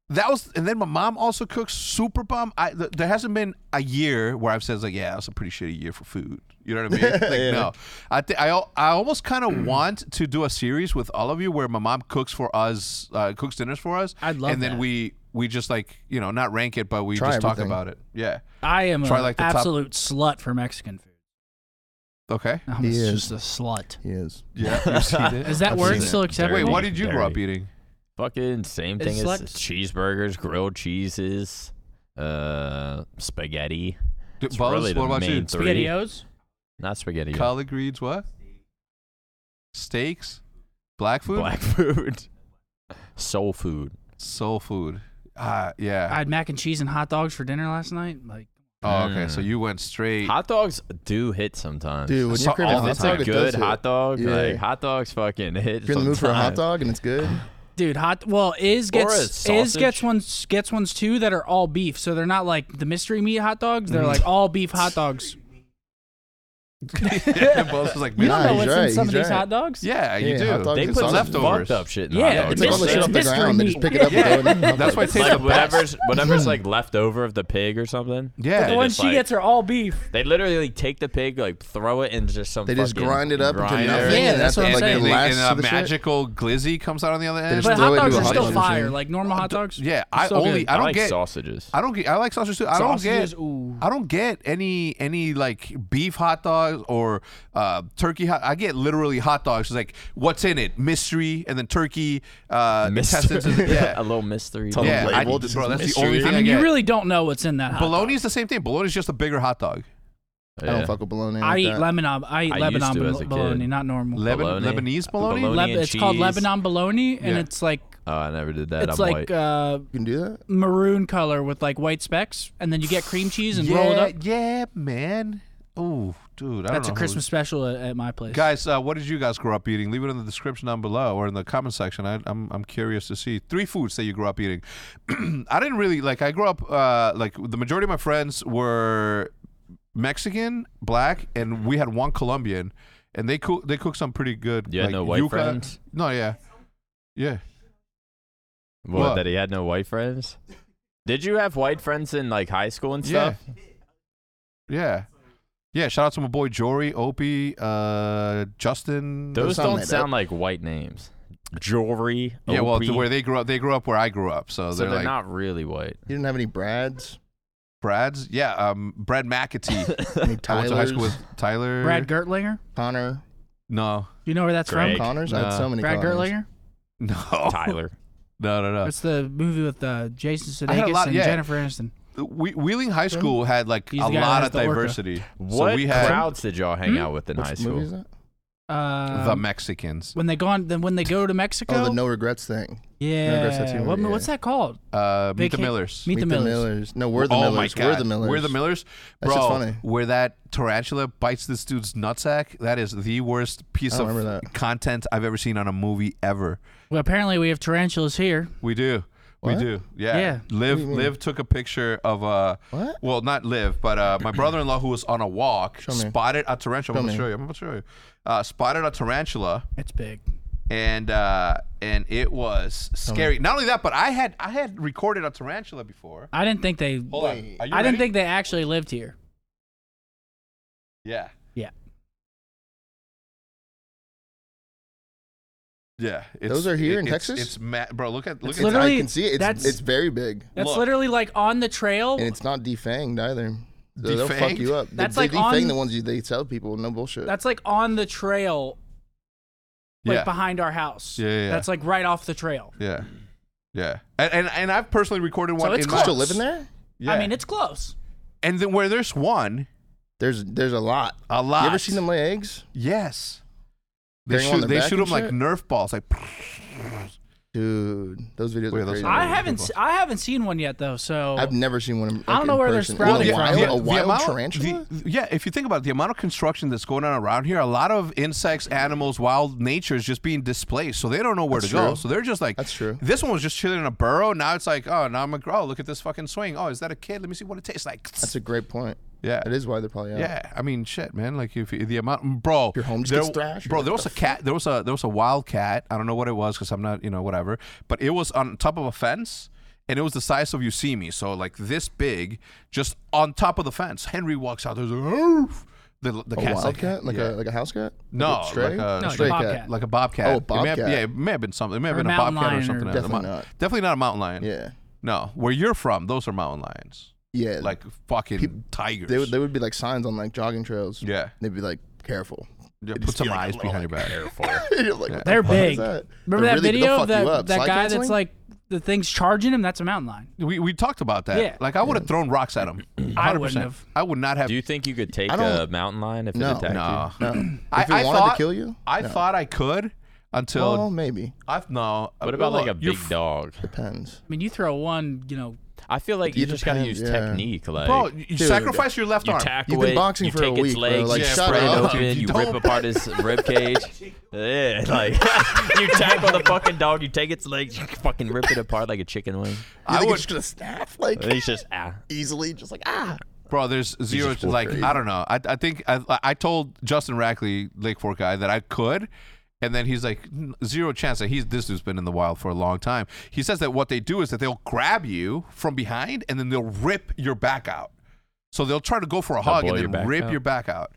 Speaker 2: that was. And then my mom also cooks super bomb. I, th- there hasn't been a year where I've said like, yeah, that's a pretty shitty year for food. You know what I mean? Like, no, I thi- I al- I almost kind
Speaker 4: Mm.
Speaker 2: of want to do a series with all of you where my mom cooks for us, uh, cooks dinners for us.
Speaker 3: I'd love
Speaker 2: And then
Speaker 3: that.
Speaker 2: we we just like you know not rank it, but we
Speaker 4: Try
Speaker 2: just talk
Speaker 4: everything.
Speaker 2: about it. Yeah.
Speaker 3: I am an
Speaker 2: Try, like, the top-
Speaker 3: absolute slut for Mexican food.
Speaker 2: Okay.
Speaker 3: I'm
Speaker 4: He
Speaker 3: just a slut.
Speaker 4: He is.
Speaker 2: Yeah. You've seen it.
Speaker 3: Is that
Speaker 4: I've
Speaker 3: word
Speaker 4: seen it.
Speaker 3: still acceptable?
Speaker 2: Wait,
Speaker 1: Dirty.
Speaker 2: what did you grow up
Speaker 1: Dirty.
Speaker 2: eating?
Speaker 1: Fucking same thing
Speaker 3: It's
Speaker 1: as
Speaker 3: like-
Speaker 1: cheeseburgers, grilled cheeses, uh, spaghetti.
Speaker 2: D-
Speaker 1: It's
Speaker 2: Buzz,
Speaker 1: really the
Speaker 2: what about you?
Speaker 1: main three.
Speaker 3: SpaghettiOs?
Speaker 1: Not spaghetti.
Speaker 2: Collard greens. What? Steaks. Black food.
Speaker 1: Black food. Soul food.
Speaker 2: Soul food. Ah, yeah.
Speaker 3: I had mac and cheese and hot dogs for dinner last night. Like
Speaker 2: oh, okay.
Speaker 1: Mm.
Speaker 2: So you went straight.
Speaker 1: Hot dogs do hit sometimes.
Speaker 4: Dude, when
Speaker 2: So
Speaker 4: you're craving
Speaker 2: all
Speaker 4: a
Speaker 1: if
Speaker 4: hot
Speaker 1: it's
Speaker 4: dog,
Speaker 1: a
Speaker 4: it
Speaker 1: good
Speaker 4: does
Speaker 1: hot
Speaker 4: hit.
Speaker 1: dog,
Speaker 4: Yeah.
Speaker 1: like hot dogs fucking hit.
Speaker 4: If you're in the mood for a hot
Speaker 1: sometimes.
Speaker 4: dog and it's good,
Speaker 2: Oh,
Speaker 3: Dude, hot. Well, is
Speaker 1: Or a
Speaker 3: gets is
Speaker 1: sausage.
Speaker 3: gets ones gets ones too that are all beef, so they're not like the mystery meat hot dogs. They're like all beef hot dogs.
Speaker 2: yeah, Buzz was like,
Speaker 3: You don't
Speaker 4: Nah,
Speaker 3: know
Speaker 4: he's
Speaker 3: what's
Speaker 4: right,
Speaker 3: in some
Speaker 4: he's
Speaker 3: of these
Speaker 4: right.
Speaker 3: hot dogs.
Speaker 2: Yeah, you
Speaker 4: Yeah,
Speaker 2: do.
Speaker 4: hot dogs
Speaker 1: They
Speaker 4: and
Speaker 1: put some
Speaker 4: sausages.
Speaker 1: fucked up shit in
Speaker 3: Yeah,
Speaker 1: hot dogs.
Speaker 4: it's like all the
Speaker 3: Mystery-
Speaker 4: shit off the
Speaker 3: mystery
Speaker 4: ground. They just
Speaker 3: meat.
Speaker 4: pick it up. and
Speaker 2: Yeah.
Speaker 4: throw it in.
Speaker 2: That's why it tastes
Speaker 1: like
Speaker 2: the best.
Speaker 1: whatever's whatever's like left over of the pig or something.
Speaker 2: Yeah.
Speaker 3: The
Speaker 1: They
Speaker 3: ones
Speaker 1: just,
Speaker 3: she
Speaker 1: like-
Speaker 3: gets are all beef.
Speaker 1: They literally like, take the pig, like throw it in just some.
Speaker 4: They just
Speaker 1: fucking
Speaker 4: grind it up into
Speaker 1: grinder.
Speaker 4: nothing.
Speaker 3: Yeah,
Speaker 4: and
Speaker 3: that's
Speaker 4: at the
Speaker 3: what I'm
Speaker 4: end
Speaker 3: saying.
Speaker 2: and,
Speaker 4: They
Speaker 2: they-
Speaker 4: lash
Speaker 2: and uh,
Speaker 4: to
Speaker 2: a
Speaker 4: the shit.
Speaker 2: magical glizzy comes out on the other end.
Speaker 4: just
Speaker 3: But
Speaker 4: throw
Speaker 3: hot
Speaker 4: it into
Speaker 3: dogs
Speaker 4: a
Speaker 3: are
Speaker 4: hot
Speaker 3: still
Speaker 4: dog
Speaker 3: fire.
Speaker 4: machine.
Speaker 3: Like normal hot dogs.
Speaker 2: Yeah, I
Speaker 3: So
Speaker 2: only
Speaker 3: good.
Speaker 2: I
Speaker 1: I
Speaker 2: don't
Speaker 1: like
Speaker 2: get
Speaker 1: sausages.
Speaker 2: I don't get I like sausages too. I don't
Speaker 3: Sausages,
Speaker 2: get
Speaker 3: ooh.
Speaker 2: I don't get any any like beef hot dogs or uh, turkey hot. I get literally hot dogs. It's like what's in it, mystery, and then turkey uh,
Speaker 1: Mystery.
Speaker 2: intestines.
Speaker 1: a
Speaker 2: Yeah,
Speaker 1: little mystery.
Speaker 4: on
Speaker 2: yeah.
Speaker 4: the
Speaker 2: I,
Speaker 4: label, just
Speaker 2: bro,
Speaker 4: says
Speaker 2: that's the
Speaker 4: mystery.
Speaker 2: only
Speaker 4: I
Speaker 2: thing I,
Speaker 3: I mean,
Speaker 2: get.
Speaker 3: you really don't know what's in that hot dog.
Speaker 2: Bologna's the same thing. Bologna's just a bigger hot dog.
Speaker 4: I don't fuck with bologna.
Speaker 3: I
Speaker 4: like
Speaker 3: eat
Speaker 4: that.
Speaker 3: Lebanon. I eat
Speaker 1: I used
Speaker 3: Lebanon
Speaker 1: to
Speaker 3: bol-
Speaker 1: as a kid.
Speaker 3: bologna, not normal.
Speaker 2: Leban-
Speaker 1: Bologna.
Speaker 2: Lebanese bologna.
Speaker 1: Bologna.
Speaker 3: Leb-
Speaker 1: and
Speaker 3: it's called
Speaker 1: cheese.
Speaker 3: Lebanon bologna, and
Speaker 2: Yeah.
Speaker 3: it's like
Speaker 1: Oh, I never did that.
Speaker 3: it's
Speaker 1: I'm
Speaker 3: like
Speaker 1: white.
Speaker 3: uh,
Speaker 4: You can do that.
Speaker 3: maroon color with like white specks, and then you get cream cheese and
Speaker 2: yeah,
Speaker 3: roll it up.
Speaker 2: yeah, man. Oh, dude, I don't
Speaker 3: That's a
Speaker 2: know who-
Speaker 3: Christmas special at, at my place.
Speaker 2: Guys, uh, what did you guys grow up eating? Leave it in the description down below or in the comment section. I, I'm, I'm curious to see three foods that you grew up eating. I didn't really like. I grew up uh, like the majority of my friends were Mexican, black, and we had one Colombian, and they cook they cook some pretty good.
Speaker 1: You had
Speaker 2: like,
Speaker 1: no white
Speaker 2: yuca.
Speaker 1: friends?
Speaker 2: No, yeah, yeah.
Speaker 1: what,
Speaker 2: what?
Speaker 1: That he had no white friends. Did you have white friends in like high school and
Speaker 2: Yeah.
Speaker 1: stuff?
Speaker 2: Yeah. Yeah, shout out to my boy Jory, Opie, uh, Justin.
Speaker 1: Those
Speaker 4: sound
Speaker 1: don't
Speaker 4: made
Speaker 1: sound like white names. Jewelry.
Speaker 2: yeah, well,
Speaker 1: Opie.
Speaker 2: where they grew up, they grew up where I grew up, so,
Speaker 1: so they're,
Speaker 2: like
Speaker 1: not really white.
Speaker 4: You didn't have any Brads,
Speaker 2: Brad's. Yeah, um, Brad McAtee.
Speaker 4: any
Speaker 2: I went to high school
Speaker 4: Tyler's,
Speaker 2: with Tyler.
Speaker 3: Brad Gertlinger.
Speaker 4: Connor,
Speaker 2: No,
Speaker 3: Do you know where that's
Speaker 1: Greg.
Speaker 3: from?
Speaker 4: Connors. I had
Speaker 2: Nah.
Speaker 4: so many.
Speaker 3: Brad
Speaker 4: Connors.
Speaker 3: Gertlinger.
Speaker 2: no,
Speaker 1: Tyler.
Speaker 2: no, no, no.
Speaker 3: That's the movie with uh, Jason
Speaker 2: I had a
Speaker 3: Sudeikis
Speaker 2: lot-
Speaker 3: and
Speaker 2: yeah.
Speaker 3: Jennifer Aniston.
Speaker 2: we, Wheeling High School had like
Speaker 3: He's
Speaker 2: a
Speaker 3: the guy that
Speaker 2: lot
Speaker 3: has
Speaker 2: of
Speaker 3: the orca.
Speaker 2: diversity.
Speaker 1: What
Speaker 2: so we had
Speaker 1: crowds did y'all hang out with in high
Speaker 4: Hmm? Which movie is
Speaker 1: school?
Speaker 4: that?
Speaker 3: Uh,
Speaker 2: the Mexicans.
Speaker 3: when they go on, then when they go to Mexico,
Speaker 4: Oh, the No Regrets thing.
Speaker 3: yeah.
Speaker 4: Regrets Tattoo,
Speaker 3: What-
Speaker 4: yeah.
Speaker 3: What's that called?
Speaker 2: Uh,
Speaker 3: They
Speaker 2: Meet the
Speaker 3: can't-
Speaker 2: Millers.
Speaker 3: Meet, the, Millers.
Speaker 4: No, we're the
Speaker 2: oh
Speaker 4: Millers.
Speaker 2: my god,
Speaker 4: We're the Millers.
Speaker 2: We're the Millers,
Speaker 4: That
Speaker 2: bro.
Speaker 4: shit's funny.
Speaker 2: Where that tarantula bites this dude's nutsack? That is the worst piece
Speaker 4: I
Speaker 2: of
Speaker 4: remember that.
Speaker 2: content I've ever seen on a movie ever.
Speaker 3: Well, apparently we have tarantulas here.
Speaker 2: We do. We
Speaker 4: What?
Speaker 2: do. Yeah.
Speaker 3: Yeah.
Speaker 2: Liv
Speaker 4: you mean?
Speaker 2: Liv took a picture of uh
Speaker 4: What?
Speaker 2: well not Liv, but uh my brother in law who was on a walk
Speaker 4: Show me.
Speaker 2: spotted a tarantula. I'm
Speaker 4: Show
Speaker 2: gonna
Speaker 4: me.
Speaker 2: show you. I'm gonna show you. Uh spotted a tarantula
Speaker 3: It's big.
Speaker 2: and uh and it was scary. Not only that, but I had I had recorded a tarantula before.
Speaker 3: I didn't think they.
Speaker 2: Hold on.
Speaker 4: Wait.
Speaker 2: Are you
Speaker 3: I
Speaker 2: ready?
Speaker 3: didn't think they actually lived here.
Speaker 2: Yeah.
Speaker 3: Yeah.
Speaker 2: Yeah. It's,
Speaker 4: Those are here in
Speaker 2: it's-
Speaker 4: Texas?
Speaker 2: It's ma- bro, look at look
Speaker 4: It's-
Speaker 2: at
Speaker 3: literally-
Speaker 4: I can see it. It's,
Speaker 3: that's-
Speaker 4: it's very big,
Speaker 3: That's
Speaker 2: Look.
Speaker 3: literally like on the trail.
Speaker 4: and it's not defanged either. So They'll fuck
Speaker 2: Defanged?
Speaker 4: you up. They-
Speaker 3: That's
Speaker 4: they
Speaker 3: like
Speaker 4: defang
Speaker 3: on-
Speaker 4: the ones you, they tell people. No bullshit.
Speaker 3: That's like on the trail, like
Speaker 2: yeah.
Speaker 3: behind our house.
Speaker 2: Yeah, yeah, yeah.
Speaker 3: That's like right off the trail.
Speaker 2: Yeah. Yeah. And, and and I've personally recorded one
Speaker 3: So it's
Speaker 2: in
Speaker 4: you
Speaker 2: my-
Speaker 4: still living there?
Speaker 2: Yeah.
Speaker 3: I mean, it's close.
Speaker 2: and then where there's one,
Speaker 4: There's there's a lot.
Speaker 2: a lot.
Speaker 4: You ever seen them lay eggs,
Speaker 2: Yes. They
Speaker 4: Bring 'em on
Speaker 2: shoot,
Speaker 4: the
Speaker 2: they
Speaker 4: back
Speaker 2: shoot them
Speaker 4: and
Speaker 2: like
Speaker 4: shit?
Speaker 2: Nerf balls. Like,
Speaker 4: dude? Those videos
Speaker 2: Wait,
Speaker 4: are
Speaker 2: those
Speaker 4: crazy.
Speaker 2: are
Speaker 3: I
Speaker 2: really
Speaker 3: haven't.
Speaker 2: cool.
Speaker 3: se- I haven't seen one yet though. So
Speaker 4: I've never seen one. In, like,
Speaker 3: I don't know
Speaker 4: in
Speaker 3: where they're
Speaker 4: person.
Speaker 3: sprouting
Speaker 4: Ooh, a
Speaker 3: from.
Speaker 4: wild,
Speaker 3: Yeah,
Speaker 4: a
Speaker 2: the
Speaker 4: wild
Speaker 2: amount-
Speaker 4: tarantula.
Speaker 2: the- yeah, if you think about it, the amount of construction that's going on around here, a lot of insects, animals, wild nature is just being displaced, so they don't know where
Speaker 4: That's
Speaker 2: to go.
Speaker 4: true.
Speaker 2: So they're just like,
Speaker 4: That's true.
Speaker 2: This one was just chilling in a burrow. Now it's like, oh, now I'm like, oh, look at this fucking swing. Oh, is that a kid? Let me see what it tastes like.
Speaker 4: That's a great point.
Speaker 2: yeah,
Speaker 4: That is why they're probably out.
Speaker 2: Yeah, I mean, shit, man. Like, if the amount, bro,
Speaker 4: Your home just
Speaker 2: there,
Speaker 4: gets thrashed,
Speaker 2: Bro,
Speaker 4: you're
Speaker 2: there
Speaker 4: like,
Speaker 2: was a cat. There was a there was a wild cat. I don't know what it was because I'm not, you know, whatever. But it was on top of a fence, and it was the size of you see me. So like this big, just on top of the fence. Henry walks out. There's a "Arf!" the the
Speaker 4: A
Speaker 2: cat's
Speaker 4: wild cat, like
Speaker 2: yeah.
Speaker 4: a like a house cat.
Speaker 2: no,
Speaker 4: like a
Speaker 2: like
Speaker 4: stray?
Speaker 2: a,
Speaker 3: No,
Speaker 2: stray cat.
Speaker 3: like a bobcat.
Speaker 2: like a bobcat.
Speaker 4: Oh,
Speaker 2: It may have,
Speaker 4: bobcat.
Speaker 2: yeah, it may have been something. It may have
Speaker 3: Or a
Speaker 2: been a
Speaker 3: mountain
Speaker 2: bobcat or
Speaker 3: lion or-
Speaker 2: something. else. A
Speaker 4: Definitely
Speaker 2: mou-
Speaker 4: not.
Speaker 2: Definitely not a mountain lion.
Speaker 4: Yeah,
Speaker 2: No, where you're from, those are mountain lions.
Speaker 4: yeah.
Speaker 2: Like fucking
Speaker 4: Peop-
Speaker 2: tigers.
Speaker 4: they would they would be like signs on like jogging trails.
Speaker 2: yeah.
Speaker 4: they'd be like careful.
Speaker 2: Yeah,
Speaker 4: It'd
Speaker 2: put
Speaker 4: just
Speaker 2: some
Speaker 4: be like a
Speaker 2: eyes
Speaker 4: little,
Speaker 2: behind your
Speaker 4: like,
Speaker 2: back.
Speaker 4: You're like,
Speaker 2: Yeah.
Speaker 4: what the
Speaker 3: They're
Speaker 4: fuck is
Speaker 3: big.
Speaker 4: that?
Speaker 3: Remember that
Speaker 4: They're really- they'll
Speaker 3: video of
Speaker 4: fuck you
Speaker 3: that,
Speaker 4: up.
Speaker 3: that
Speaker 4: Slide
Speaker 3: guy that's
Speaker 4: canceling?
Speaker 3: like the thing's charging him? That's a mountain lion.
Speaker 2: We, we talked about that.
Speaker 3: Yeah.
Speaker 2: Like I would have thrown rocks at him. 100%.
Speaker 3: I wouldn't have.
Speaker 2: I would not have.
Speaker 1: Do you think you could take
Speaker 4: I
Speaker 1: a
Speaker 4: don't-
Speaker 1: mountain lion if
Speaker 4: No.
Speaker 1: it attacked
Speaker 2: no.
Speaker 1: you?
Speaker 4: No.
Speaker 2: I,
Speaker 4: if it
Speaker 2: I
Speaker 4: wanted
Speaker 2: thought,
Speaker 4: to kill you,
Speaker 2: I
Speaker 4: no.
Speaker 2: thought I could until
Speaker 4: Well, maybe
Speaker 2: I've no.
Speaker 1: What about like a
Speaker 2: you're
Speaker 1: big
Speaker 2: f-
Speaker 1: dog?
Speaker 4: depends.
Speaker 3: I mean, you throw one, you know,
Speaker 1: I feel like you
Speaker 4: It
Speaker 1: just got to
Speaker 4: depends,
Speaker 1: use
Speaker 4: yeah.
Speaker 1: technique. Like
Speaker 2: Bro, you sacrifice your left
Speaker 1: you
Speaker 2: arm.
Speaker 1: tackle
Speaker 4: You've been
Speaker 1: it,
Speaker 4: boxing
Speaker 1: you
Speaker 4: for a
Speaker 1: take its
Speaker 4: week, bro.
Speaker 1: legs,
Speaker 4: Like,
Speaker 1: you
Speaker 2: shut
Speaker 1: spread it
Speaker 2: up.
Speaker 1: open,
Speaker 2: Dude,
Speaker 1: you
Speaker 2: don't-
Speaker 1: rip apart his rib cage. Yeah, like you tackle the fucking dog, you take its legs, you fucking rip it apart like a chicken wing.
Speaker 4: You
Speaker 2: I
Speaker 4: think
Speaker 2: would,
Speaker 4: it's just gonna snap like
Speaker 1: And he's just ah.
Speaker 4: easily, just like ah.
Speaker 2: bro. There's zero.
Speaker 4: just
Speaker 2: To, like
Speaker 4: crazy.
Speaker 2: I don't know. I, I think I, I told Justin Rackley, Lake Fork guy, that I could. And then he's like, "N- zero chance that he's this dude's been in the wild for a long time. He says that what they do is that they'll grab you from behind and then they'll rip your back out. So they'll try to go for a hug
Speaker 1: blow
Speaker 2: and
Speaker 1: your
Speaker 2: then
Speaker 1: back
Speaker 2: rip
Speaker 1: out.
Speaker 2: your back out.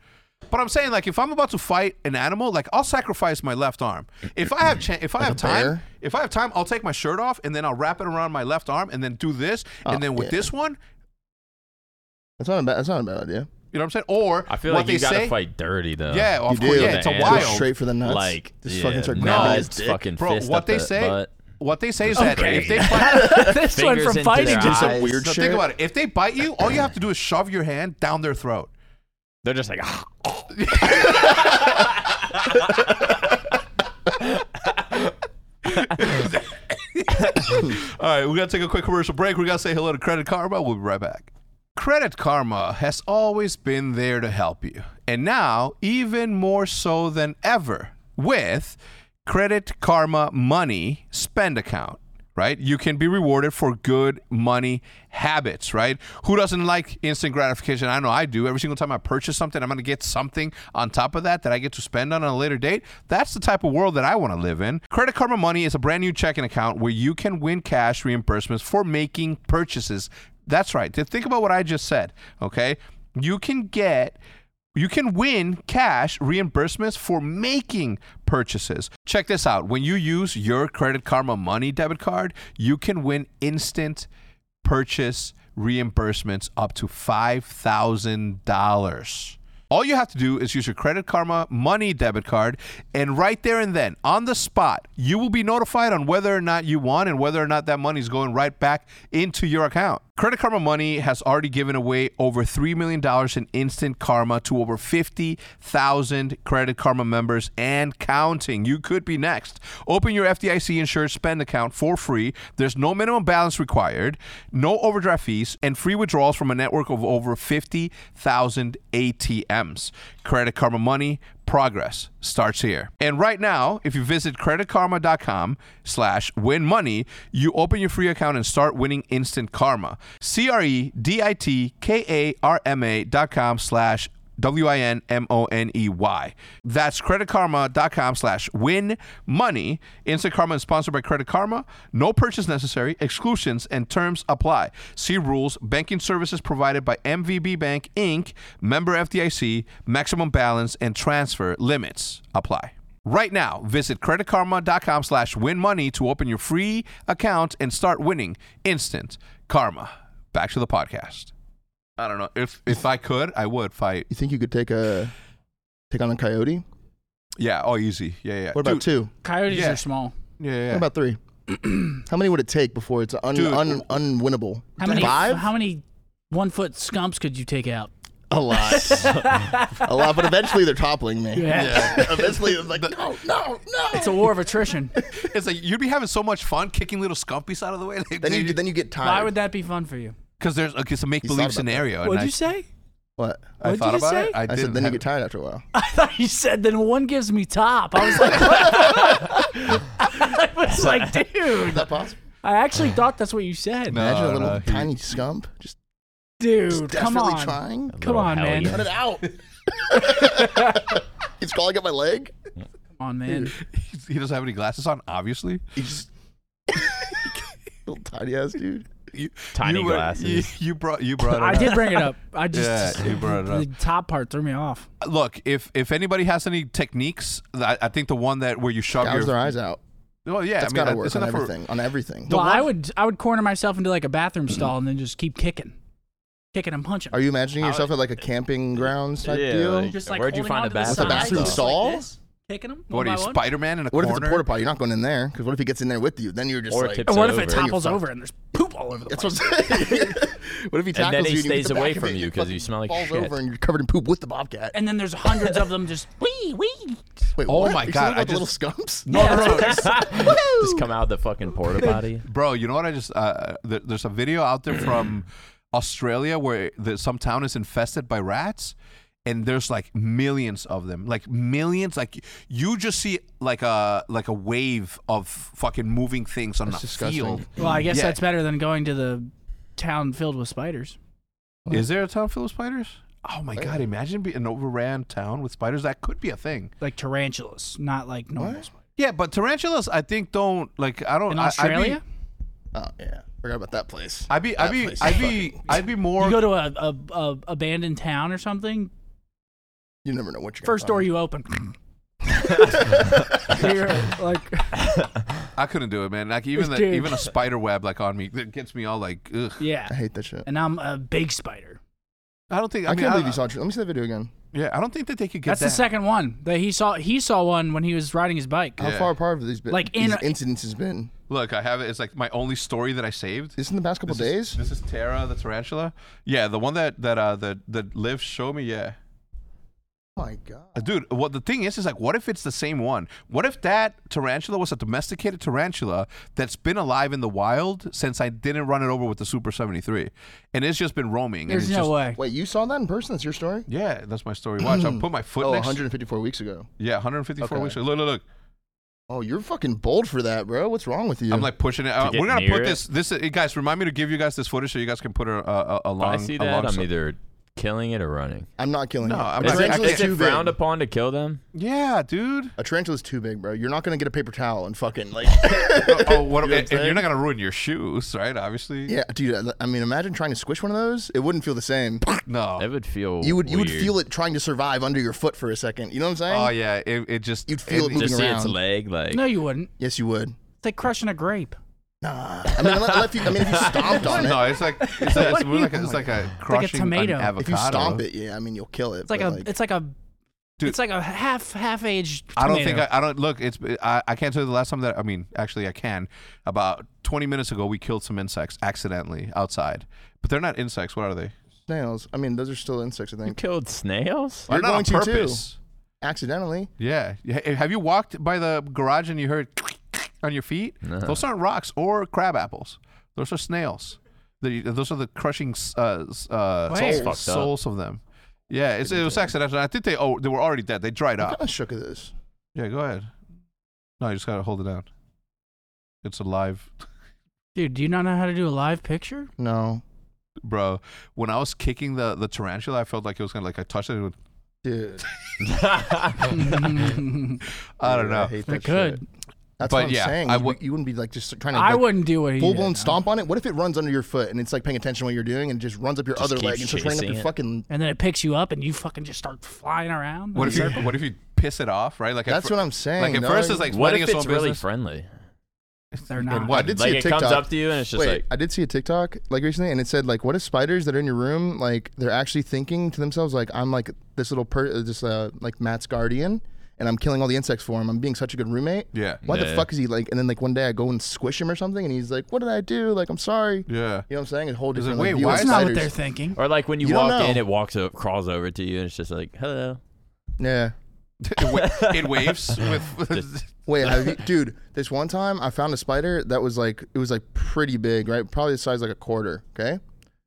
Speaker 2: But I'm saying, like, if I'm about to fight an animal, like, I'll sacrifice my left arm. If I have, chan if I have time,
Speaker 4: bear?
Speaker 2: if I have time, I'll take my shirt off and then I'll wrap it around my left arm and then do this,
Speaker 4: Oh,
Speaker 2: and then with
Speaker 4: yeah.
Speaker 2: this one,
Speaker 4: That's not a bad. That's not a bad idea.
Speaker 2: you know what I'm saying? Or
Speaker 1: I feel
Speaker 2: what
Speaker 1: like you
Speaker 2: they
Speaker 1: got
Speaker 2: say,
Speaker 1: to fight uh, dirty though.
Speaker 2: yeah, of
Speaker 4: You
Speaker 2: course,
Speaker 4: do.
Speaker 2: yeah, it's a
Speaker 1: Go
Speaker 4: Go
Speaker 2: wild.
Speaker 4: straight for the nuts.
Speaker 1: Like
Speaker 4: just
Speaker 1: yeah,
Speaker 4: fucking start
Speaker 1: no,
Speaker 4: grabbing his dick.
Speaker 1: fucking
Speaker 2: Bro,
Speaker 1: fist
Speaker 2: what
Speaker 1: up
Speaker 2: they
Speaker 1: the
Speaker 2: say-
Speaker 1: butt.
Speaker 2: What they say is
Speaker 1: Okay.
Speaker 2: that if they fight,
Speaker 3: this one
Speaker 1: Fingers
Speaker 3: from
Speaker 1: into
Speaker 3: fighting
Speaker 1: their
Speaker 3: just
Speaker 1: eyes.
Speaker 4: Some weird
Speaker 2: no,
Speaker 4: shit.
Speaker 2: think about it. If they bite you, all you have to do is shove your hand down their throat.
Speaker 1: They're just like ah.
Speaker 2: All right, we gotta take a quick commercial break. We gotta say hello to Credit Karma. We'll be right back. Credit Karma has always been there to help you, and now even more so than ever with Credit Karma Money Spend Account. Right? You can be rewarded for good money habits, right? Who doesn't like instant gratification? I know I do. Every single time I purchase something, I'm going to get something on top of that that I get to spend on on a later date. That's the type of world that I want to live in. Credit Karma Money is a brand new checking account where you can win cash reimbursements for making purchases. That's right. Th- Think about what I just said, okay? You can get you can win cash reimbursements for making purchases. Check this out. When you use your Credit Karma Money debit card, you can win instant purchase reimbursements up to $5,000. All you have to do is use your Credit Karma Money debit card, and right there and then, on the spot, you will be notified on whether or not you won and whether or not that money is going right back into your account. Credit Karma Money has already given away over $3 million in instant karma to over 50,000 Credit Karma members and counting. You could be next. Open your FDIC insured spend account for free. There's no minimum balance required, no overdraft fees, and free withdrawals from a network of over 50,000 ATMs. Credit Karma Money progress starts here. And right now, if you visit creditkarma.com slash win money, you open your free account and start winning instant karma. E C-R-E-D-I-T-K-A-R-M-A dot com slash W-I-N-M-O-N-E-Y. E That's creditkarma.com slash win money. Instant Karma is sponsored by Credit Karma. No purchase necessary. Exclusions and terms apply. See rules. Banking services provided by MVB Bank Inc. Member FDIC. Maximum balance and transfer limits apply. Right now, visit creditkarma.com slash win money to open your free account and start winning instant karma. Back to the podcast. I don't know. If if I could, I would fight
Speaker 4: You think you could take a take on a coyote?
Speaker 2: Yeah. Oh, easy. Yeah, yeah.
Speaker 4: What about
Speaker 2: Dude,
Speaker 4: two?
Speaker 3: Coyotes
Speaker 2: Yeah.
Speaker 3: are small.
Speaker 2: Yeah, yeah.
Speaker 4: What about three? how many would it take before it's un,
Speaker 2: Dude.
Speaker 4: un, unwinnable?
Speaker 3: How many?
Speaker 4: Five?
Speaker 3: How many one foot scumps could you take out?
Speaker 4: a lot. a lot, but eventually they're toppling me. eventually it's like, no, no, no.
Speaker 3: It's a war of attrition.
Speaker 2: it's like you'd be having so much fun kicking little scumpies out of the way. Like,
Speaker 4: Then you, then you get tired.
Speaker 3: Why would that be fun for you?
Speaker 2: because there's okay, it's a make
Speaker 4: thought
Speaker 2: believe
Speaker 4: about
Speaker 2: scenario.
Speaker 4: Oh,
Speaker 2: and
Speaker 3: What'd
Speaker 2: I,
Speaker 3: you say?
Speaker 4: what?
Speaker 2: I
Speaker 3: What'd
Speaker 2: thought
Speaker 3: you
Speaker 2: about
Speaker 3: say?
Speaker 2: it. I,
Speaker 4: I
Speaker 2: didn't
Speaker 4: said, then you
Speaker 2: have-
Speaker 4: get tired after a while.
Speaker 3: I thought you said then one gives me top. I was like, I was like, dude.
Speaker 4: that possible?
Speaker 3: I actually thought that's what you said,
Speaker 2: No,
Speaker 4: Imagine a little
Speaker 2: no, Uh, he-
Speaker 4: tiny scump just
Speaker 3: dude. come
Speaker 4: desperately
Speaker 3: on,
Speaker 4: trying.
Speaker 1: A
Speaker 3: Come
Speaker 1: little
Speaker 3: on,
Speaker 1: hell
Speaker 3: man.
Speaker 1: yeah.
Speaker 4: Cut it out. He's calling at my leg.
Speaker 3: come on, man.
Speaker 2: He doesn't have any glasses on, obviously.
Speaker 4: He just little tiny ass dude.
Speaker 2: You,
Speaker 1: Tiny
Speaker 2: you were-
Speaker 1: glasses.
Speaker 2: You, you brought. You brought. It
Speaker 3: I
Speaker 2: up.
Speaker 3: did bring it up. I just
Speaker 2: Yeah, you brought it
Speaker 3: the
Speaker 2: up.
Speaker 3: top part threw me off.
Speaker 2: Look, if if anybody has any techniques, I, I think the one that where you shove
Speaker 4: Gouge
Speaker 2: your.
Speaker 4: their eyes out.
Speaker 2: Well, yeah,
Speaker 4: That's
Speaker 2: I mean,
Speaker 4: gotta
Speaker 2: that-
Speaker 4: work
Speaker 2: isn't
Speaker 4: on
Speaker 2: that for-
Speaker 4: everything. on everything.
Speaker 3: Well, I would I would corner myself into like a bathroom stall and then just keep kicking, kicking and punching.
Speaker 4: Are you imagining yourself at like a camping grounds type
Speaker 1: Yeah,
Speaker 4: deal?
Speaker 1: like-
Speaker 3: just like
Speaker 1: Where'd you
Speaker 3: holding
Speaker 1: find
Speaker 3: onto
Speaker 1: a
Speaker 3: the
Speaker 4: With a
Speaker 3: sides,
Speaker 4: bathroom
Speaker 3: just
Speaker 4: stall?
Speaker 3: Like this, kicking them.
Speaker 2: What are you, Spider Man in a
Speaker 4: what if
Speaker 2: corner?
Speaker 4: it's a porta potty? You're not going in there because what if he gets in there with you? Then you're just
Speaker 1: Or
Speaker 4: like,
Speaker 1: tips
Speaker 3: And what if
Speaker 1: over.
Speaker 3: it
Speaker 1: Then
Speaker 4: you're
Speaker 3: topples
Speaker 4: fucked.
Speaker 3: over and there's poop all over the
Speaker 4: That's
Speaker 3: place?
Speaker 4: what I'm saying. what if he tackles
Speaker 1: And then he
Speaker 4: you you hit
Speaker 1: stays
Speaker 4: the back
Speaker 1: away
Speaker 4: of
Speaker 1: from
Speaker 4: it,
Speaker 1: you
Speaker 4: it
Speaker 1: 'cause
Speaker 4: fucking
Speaker 1: you smell like
Speaker 4: falls
Speaker 1: shit.
Speaker 4: over and you're covered in poop with the bobcat.
Speaker 3: And then there's hundreds of them just wee wee.
Speaker 4: Wait,
Speaker 2: Oh
Speaker 4: what?
Speaker 2: my
Speaker 4: You're
Speaker 2: God,
Speaker 4: talking
Speaker 2: I
Speaker 4: about the little
Speaker 2: just-
Speaker 4: scumps.
Speaker 2: No, no, no.
Speaker 1: Just come out the fucking porta potty.
Speaker 2: Bro, you know what? I just uh, there, there's a video out there from Australia where the, some town is infested by rats, and there's like millions of them, like millions. Like you just see like a like a wave of fucking moving things on
Speaker 4: That's
Speaker 2: the
Speaker 4: disgusting.
Speaker 2: field.
Speaker 3: Well, I guess
Speaker 2: Yeah.
Speaker 3: that's better than going to the town filled with spiders.
Speaker 2: Is there a town filled with spiders? Oh my god! Imagine being an overran town with spiders. That could be a thing.
Speaker 3: Like tarantulas, not like normal
Speaker 4: What?
Speaker 3: spiders.
Speaker 2: Yeah, but tarantulas, I think don't like. I don't.
Speaker 3: In
Speaker 2: I- I'd be-
Speaker 3: Australia,
Speaker 4: Oh yeah, forgot about that place.
Speaker 2: I'd be.
Speaker 4: That
Speaker 2: I'd be.
Speaker 4: place is
Speaker 2: I'd be.
Speaker 4: fucking-
Speaker 2: I'd be more.
Speaker 3: you go to a, a, a abandoned town or something.
Speaker 4: You never know what you're.
Speaker 3: First door
Speaker 4: gonna
Speaker 3: you open. You're like
Speaker 2: I couldn't do it, man. Like even the,
Speaker 3: Dude.
Speaker 2: even a spider web like on me that gets me all like ugh.
Speaker 3: yeah,
Speaker 4: find. I hate that shit.
Speaker 3: and I'm a big spider.
Speaker 2: I don't think I,
Speaker 4: I,
Speaker 2: mean,
Speaker 4: can't
Speaker 2: I-
Speaker 4: believe you saw. it. Let me see that video again.
Speaker 2: Yeah, I don't think that they could get
Speaker 3: That's
Speaker 2: that.
Speaker 3: the second one that he saw. He saw one when he was riding his bike.
Speaker 4: How
Speaker 2: Yeah.
Speaker 4: far apart have these been?
Speaker 3: Like, in
Speaker 4: these
Speaker 3: a-
Speaker 4: incidents has been?
Speaker 2: Look, I have it. It's like my only story that I saved.
Speaker 4: This in the past couple
Speaker 2: This
Speaker 4: days.
Speaker 2: is, this is Tara the tarantula. Yeah, the one that that uh that that Liv showed me. Yeah,
Speaker 4: oh my god.
Speaker 2: Uh, dude. What the thing is is like, what if it's the same one? What if that tarantula was a domesticated tarantula that's been alive in the wild since I didn't run it over with the Super Seventy Three, and it's just been roaming.
Speaker 3: There's
Speaker 2: and it's
Speaker 3: no
Speaker 2: just,
Speaker 3: way.
Speaker 4: Wait, you saw that in person? That's your story.
Speaker 2: Yeah, that's my story. Watch, I'll put my foot
Speaker 4: Oh,
Speaker 2: next.
Speaker 4: 154 weeks ago.
Speaker 2: Yeah, 154
Speaker 4: Okay.
Speaker 2: weeks. Look, look, look.
Speaker 4: Oh, you're fucking bold for that, bro. What's wrong with you?
Speaker 2: I'm like pushing it. out.
Speaker 1: get
Speaker 2: we're gonna
Speaker 1: near
Speaker 2: put
Speaker 1: it?
Speaker 2: this. This eh, guys, remind me to give you guys this footage so you guys can put a a, a, a
Speaker 1: If
Speaker 2: long.
Speaker 1: Oh, I see
Speaker 2: a
Speaker 1: that,
Speaker 2: long
Speaker 1: I'm
Speaker 2: so-
Speaker 1: either killing it or running.
Speaker 4: I'm not killing
Speaker 2: No,
Speaker 4: you.
Speaker 2: I'm
Speaker 4: A
Speaker 2: not-
Speaker 1: Is it,
Speaker 4: tarantula's
Speaker 1: is it
Speaker 4: too big.
Speaker 1: frowned upon to kill them?
Speaker 2: Yeah, dude.
Speaker 4: A tarantula's too big, bro. You're not gonna get a paper towel and fucking like.
Speaker 2: oh, oh, what?
Speaker 4: You know what I'm
Speaker 2: and, and you're
Speaker 4: saying?
Speaker 2: not gonna ruin your shoes, right? Obviously.
Speaker 4: yeah, dude. I- I mean, imagine trying to squish one of those. It wouldn't feel the same.
Speaker 2: No.
Speaker 1: It would feel.
Speaker 4: Uh, You would you would
Speaker 1: weird.
Speaker 4: feel it trying to survive under your foot for a second. You know what I'm saying?
Speaker 2: Oh yeah. It, it just.
Speaker 4: You'd feel it moving
Speaker 1: Just see its
Speaker 4: around.
Speaker 1: leg, like
Speaker 3: No, you wouldn't.
Speaker 4: Yes, you would.
Speaker 3: It's like crushing a grape.
Speaker 4: Nah. I mean, unle- unless you, I mean, if you stomped on it,
Speaker 2: No, it's like it's like it's, more like a, it's like a crushing an
Speaker 3: tomato.
Speaker 2: avocado.
Speaker 4: if you stomp it, yeah, I mean, you'll kill it.
Speaker 3: It's like
Speaker 4: but,
Speaker 3: a it's like a
Speaker 2: Dude.
Speaker 3: It's like a half half aged.
Speaker 2: I don't think I, I don't look. It's I, I can't tell you the last time that I mean actually I can. About 20 minutes ago, we killed some insects accidentally outside, but they're not insects. What are they?
Speaker 4: Snails. I mean, those are still insects. I
Speaker 1: You
Speaker 4: think
Speaker 1: killed snails?
Speaker 4: You're
Speaker 2: Not on
Speaker 4: going to, too.
Speaker 2: purpose.
Speaker 4: accidentally.
Speaker 2: Yeah. Ha- Have you walked by the garage and you heard on your feet?
Speaker 1: No.
Speaker 2: Those aren't rocks or crab apples. Those are snails. The, those are the crushing s- uh, s- uh,
Speaker 3: Where?
Speaker 1: Fucked up.
Speaker 2: souls, souls of them. Yeah, it's, it was accidental. I think they oh they were already dead. They dried
Speaker 4: I'm
Speaker 2: up.
Speaker 4: kind of shook at this.
Speaker 2: Yeah, go ahead. No, you just gotta hold it down. It's alive,
Speaker 3: Dude, do you not know how to do a live picture?
Speaker 4: No,
Speaker 2: bro. When I was kicking the the tarantula, I felt like it was gonna like I touched it. And it would,
Speaker 4: dude. Mm-hmm.
Speaker 3: I
Speaker 2: I don't
Speaker 4: Dude,
Speaker 2: know.
Speaker 4: hate that
Speaker 3: could.
Speaker 4: shit. That's
Speaker 2: But
Speaker 4: what I'm
Speaker 2: yeah,
Speaker 4: saying.
Speaker 2: I
Speaker 4: You-
Speaker 2: would-
Speaker 4: you wouldn't be like just trying to
Speaker 3: I
Speaker 4: like,
Speaker 3: wouldn't do it.
Speaker 4: full blown stomp on it. What if it runs under your foot and it's like paying attention to what you're doing and just runs up your
Speaker 1: Just
Speaker 4: other
Speaker 1: keeps
Speaker 4: leg and starts running up
Speaker 1: chasing
Speaker 4: your
Speaker 1: it.
Speaker 4: fucking.
Speaker 3: And then it picks you up, and you fucking just start flying around.
Speaker 2: What if you what if you piss it off? Right? Like at
Speaker 4: That's
Speaker 2: fir-
Speaker 4: what I'm saying.
Speaker 2: Like at
Speaker 4: no,
Speaker 2: first
Speaker 4: I-
Speaker 2: it's like
Speaker 1: what
Speaker 2: minding
Speaker 1: if
Speaker 2: its
Speaker 1: it's
Speaker 2: own
Speaker 1: really
Speaker 2: business.
Speaker 1: frily?
Speaker 3: They're not.
Speaker 2: what?
Speaker 4: I did see
Speaker 1: Like
Speaker 4: a
Speaker 1: it
Speaker 4: TikTok.
Speaker 1: comes up to you and it's just
Speaker 4: Wait,
Speaker 1: like
Speaker 4: I did see a TikTok like recently, and it said like, "What if spiders that are in your room like they're actually thinking to themselves like I'm like this little per uh, this uh, like Matt's guardian, and I'm killing all the insects for him. I'm being such a good roommate.
Speaker 2: Yeah.
Speaker 4: Why the
Speaker 1: Yeah.
Speaker 4: fuck is he like? And then like one day I go and squish him or something, and he's like, "What did I do? Like I'm sorry.
Speaker 2: Yeah.
Speaker 4: You know what I'm saying? A whole
Speaker 2: He's
Speaker 4: different
Speaker 2: like,
Speaker 4: like,
Speaker 2: "Wait,
Speaker 4: view
Speaker 2: why
Speaker 4: of
Speaker 3: That's
Speaker 2: is
Speaker 3: not what
Speaker 4: spiders."
Speaker 3: they're thinking.
Speaker 1: Or like when you,
Speaker 4: You don't
Speaker 1: walk in,
Speaker 4: know.
Speaker 1: it walks up, crawls over to you, and it's just like, "Hello."
Speaker 4: Yeah.
Speaker 2: it, wa- it waves with.
Speaker 4: Wait, have you, dude, this one time I found a spider that was like it was like pretty big, right? Probably the size like a quarter, okay?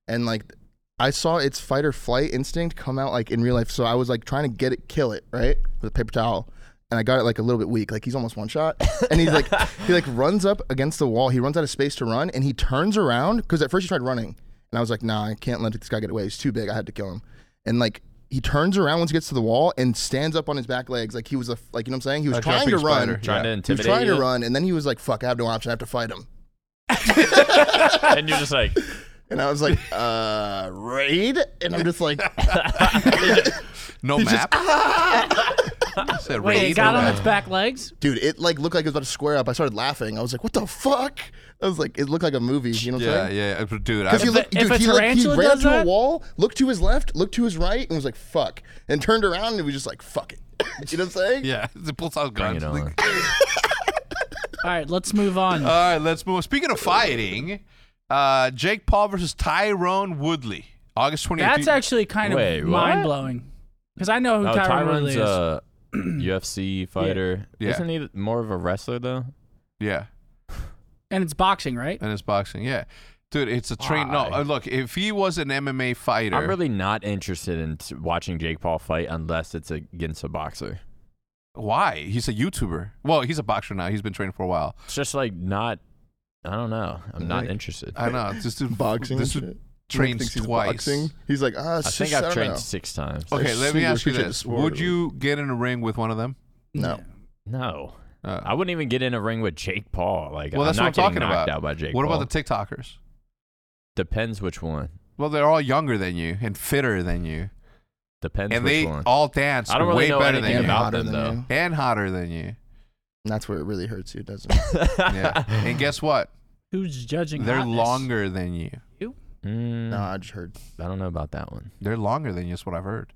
Speaker 4: And like I saw its fight or flight instinct come out like in real life. So I was like trying to get it, kill it, right? With a paper towel. And I got it like a little bit weak. Like he's almost one shot. And he's like he like runs up against the wall. He runs out of space to run and he turns around cuz at first he tried running. And I was like, "Nah, I can't let this guy get away. He's too big. I had to kill him." And like he turns around once he gets to the wall and stands up on his back legs like he was a f- like you know what I'm saying? He was
Speaker 2: Like
Speaker 4: trying
Speaker 2: jumping
Speaker 4: to run.
Speaker 2: spider.
Speaker 1: trying
Speaker 2: Yeah.
Speaker 1: to
Speaker 4: He was
Speaker 1: intimidate
Speaker 4: trying to
Speaker 1: you.
Speaker 4: run, and then he was like, "Fuck, I have no option. I have to fight him."
Speaker 1: and you're just like,
Speaker 4: And I was like, "Uh, raid?" And I'm just like,
Speaker 2: No map. Said
Speaker 3: Wait,
Speaker 2: raid
Speaker 3: it got
Speaker 2: or
Speaker 3: on
Speaker 2: map.
Speaker 3: its back legs.
Speaker 4: "Dude, it like looked like it was about to square up." I started laughing. I was like, "What the fuck?" I was like, "It looked like a movie." You know what I'm
Speaker 2: Yeah,
Speaker 4: saying?
Speaker 2: yeah, yeah, dude. I,
Speaker 4: Because he,
Speaker 3: If
Speaker 4: looked,
Speaker 3: a- if
Speaker 4: dude,
Speaker 3: a
Speaker 4: he, looked, he
Speaker 3: tarantula
Speaker 4: ran up
Speaker 3: does
Speaker 4: to a
Speaker 3: that-
Speaker 4: wall, looked to his left, looked to his right, and was like, "Fuck," and turned around and was just like, "Fuck it." you know what I'm saying?
Speaker 2: yeah, it pulls out
Speaker 1: "Bring
Speaker 2: guns.
Speaker 1: it on."
Speaker 3: All right, let's move on.
Speaker 2: All right, let's move. Speaking of fighting, uh, Jake Paul versus Tyrone Woodley, August 28th.
Speaker 3: That's actually kind
Speaker 1: Wait,
Speaker 3: of
Speaker 1: what?
Speaker 3: mind blowing. Because I know who
Speaker 1: No,
Speaker 3: Tyron
Speaker 1: Tyron's uh,
Speaker 3: Woodley is.
Speaker 1: "Oh, a UFC fighter.
Speaker 2: Yeah.
Speaker 1: Isn't he more of a wrestler though?
Speaker 2: yeah,
Speaker 3: and it's boxing, right?
Speaker 2: and it's boxing. Yeah, dude, it's a train. No,
Speaker 1: Why?
Speaker 2: uh, look, if he was an MMA fighter,
Speaker 1: I'm really not interested in t- watching Jake Paul fight unless it's against a boxer.
Speaker 2: why? He's a YouTuber. Well, he's a boxer now. He's been training for a while.
Speaker 1: It's just like not. I don't know. I'm not interested.
Speaker 2: I know. This dude,
Speaker 4: Boxing.
Speaker 2: This
Speaker 4: and
Speaker 2: dude
Speaker 4: shit. He
Speaker 2: trains
Speaker 4: thinks he's
Speaker 2: twice.
Speaker 4: boxing. He's like, "Ah,
Speaker 1: I
Speaker 4: it's just-
Speaker 1: think
Speaker 4: I
Speaker 1: I've
Speaker 4: don't
Speaker 1: trained
Speaker 4: know."
Speaker 1: six times.
Speaker 2: Okay,
Speaker 4: I
Speaker 2: let me
Speaker 4: see
Speaker 2: ask you
Speaker 4: this shit
Speaker 2: this:
Speaker 4: before.
Speaker 2: Would you get in a ring with one of them?
Speaker 4: No.
Speaker 1: No,
Speaker 2: Uh,
Speaker 1: I wouldn't even get in a ring with Jake Paul. Like,
Speaker 2: well,
Speaker 1: I'm
Speaker 2: that's
Speaker 1: not
Speaker 2: what I'm
Speaker 1: getting
Speaker 2: talking
Speaker 1: knocked
Speaker 2: about.
Speaker 1: out by Jake
Speaker 2: what
Speaker 1: Paul.
Speaker 2: about the TikTokers?
Speaker 1: Depends which one.
Speaker 2: Well, they're all younger than you and fitter than you,
Speaker 1: Depends
Speaker 2: and
Speaker 1: which
Speaker 2: they
Speaker 1: one.
Speaker 2: all dance
Speaker 1: I don't really
Speaker 2: way
Speaker 1: know
Speaker 2: better
Speaker 1: anything
Speaker 2: than you
Speaker 1: about
Speaker 4: Hotter
Speaker 1: them,
Speaker 4: than
Speaker 1: though.
Speaker 4: you.
Speaker 2: and hotter than you.
Speaker 4: And that's where it really hurts you, doesn't it?
Speaker 2: Yeah. and guess what?
Speaker 3: Who's judging?
Speaker 2: They're
Speaker 3: hotness?
Speaker 2: longer than you.
Speaker 1: Mm,
Speaker 2: Hmm.
Speaker 4: no, I just heard.
Speaker 1: I don't know about that one.
Speaker 2: They're longer than you. Is what I've heard.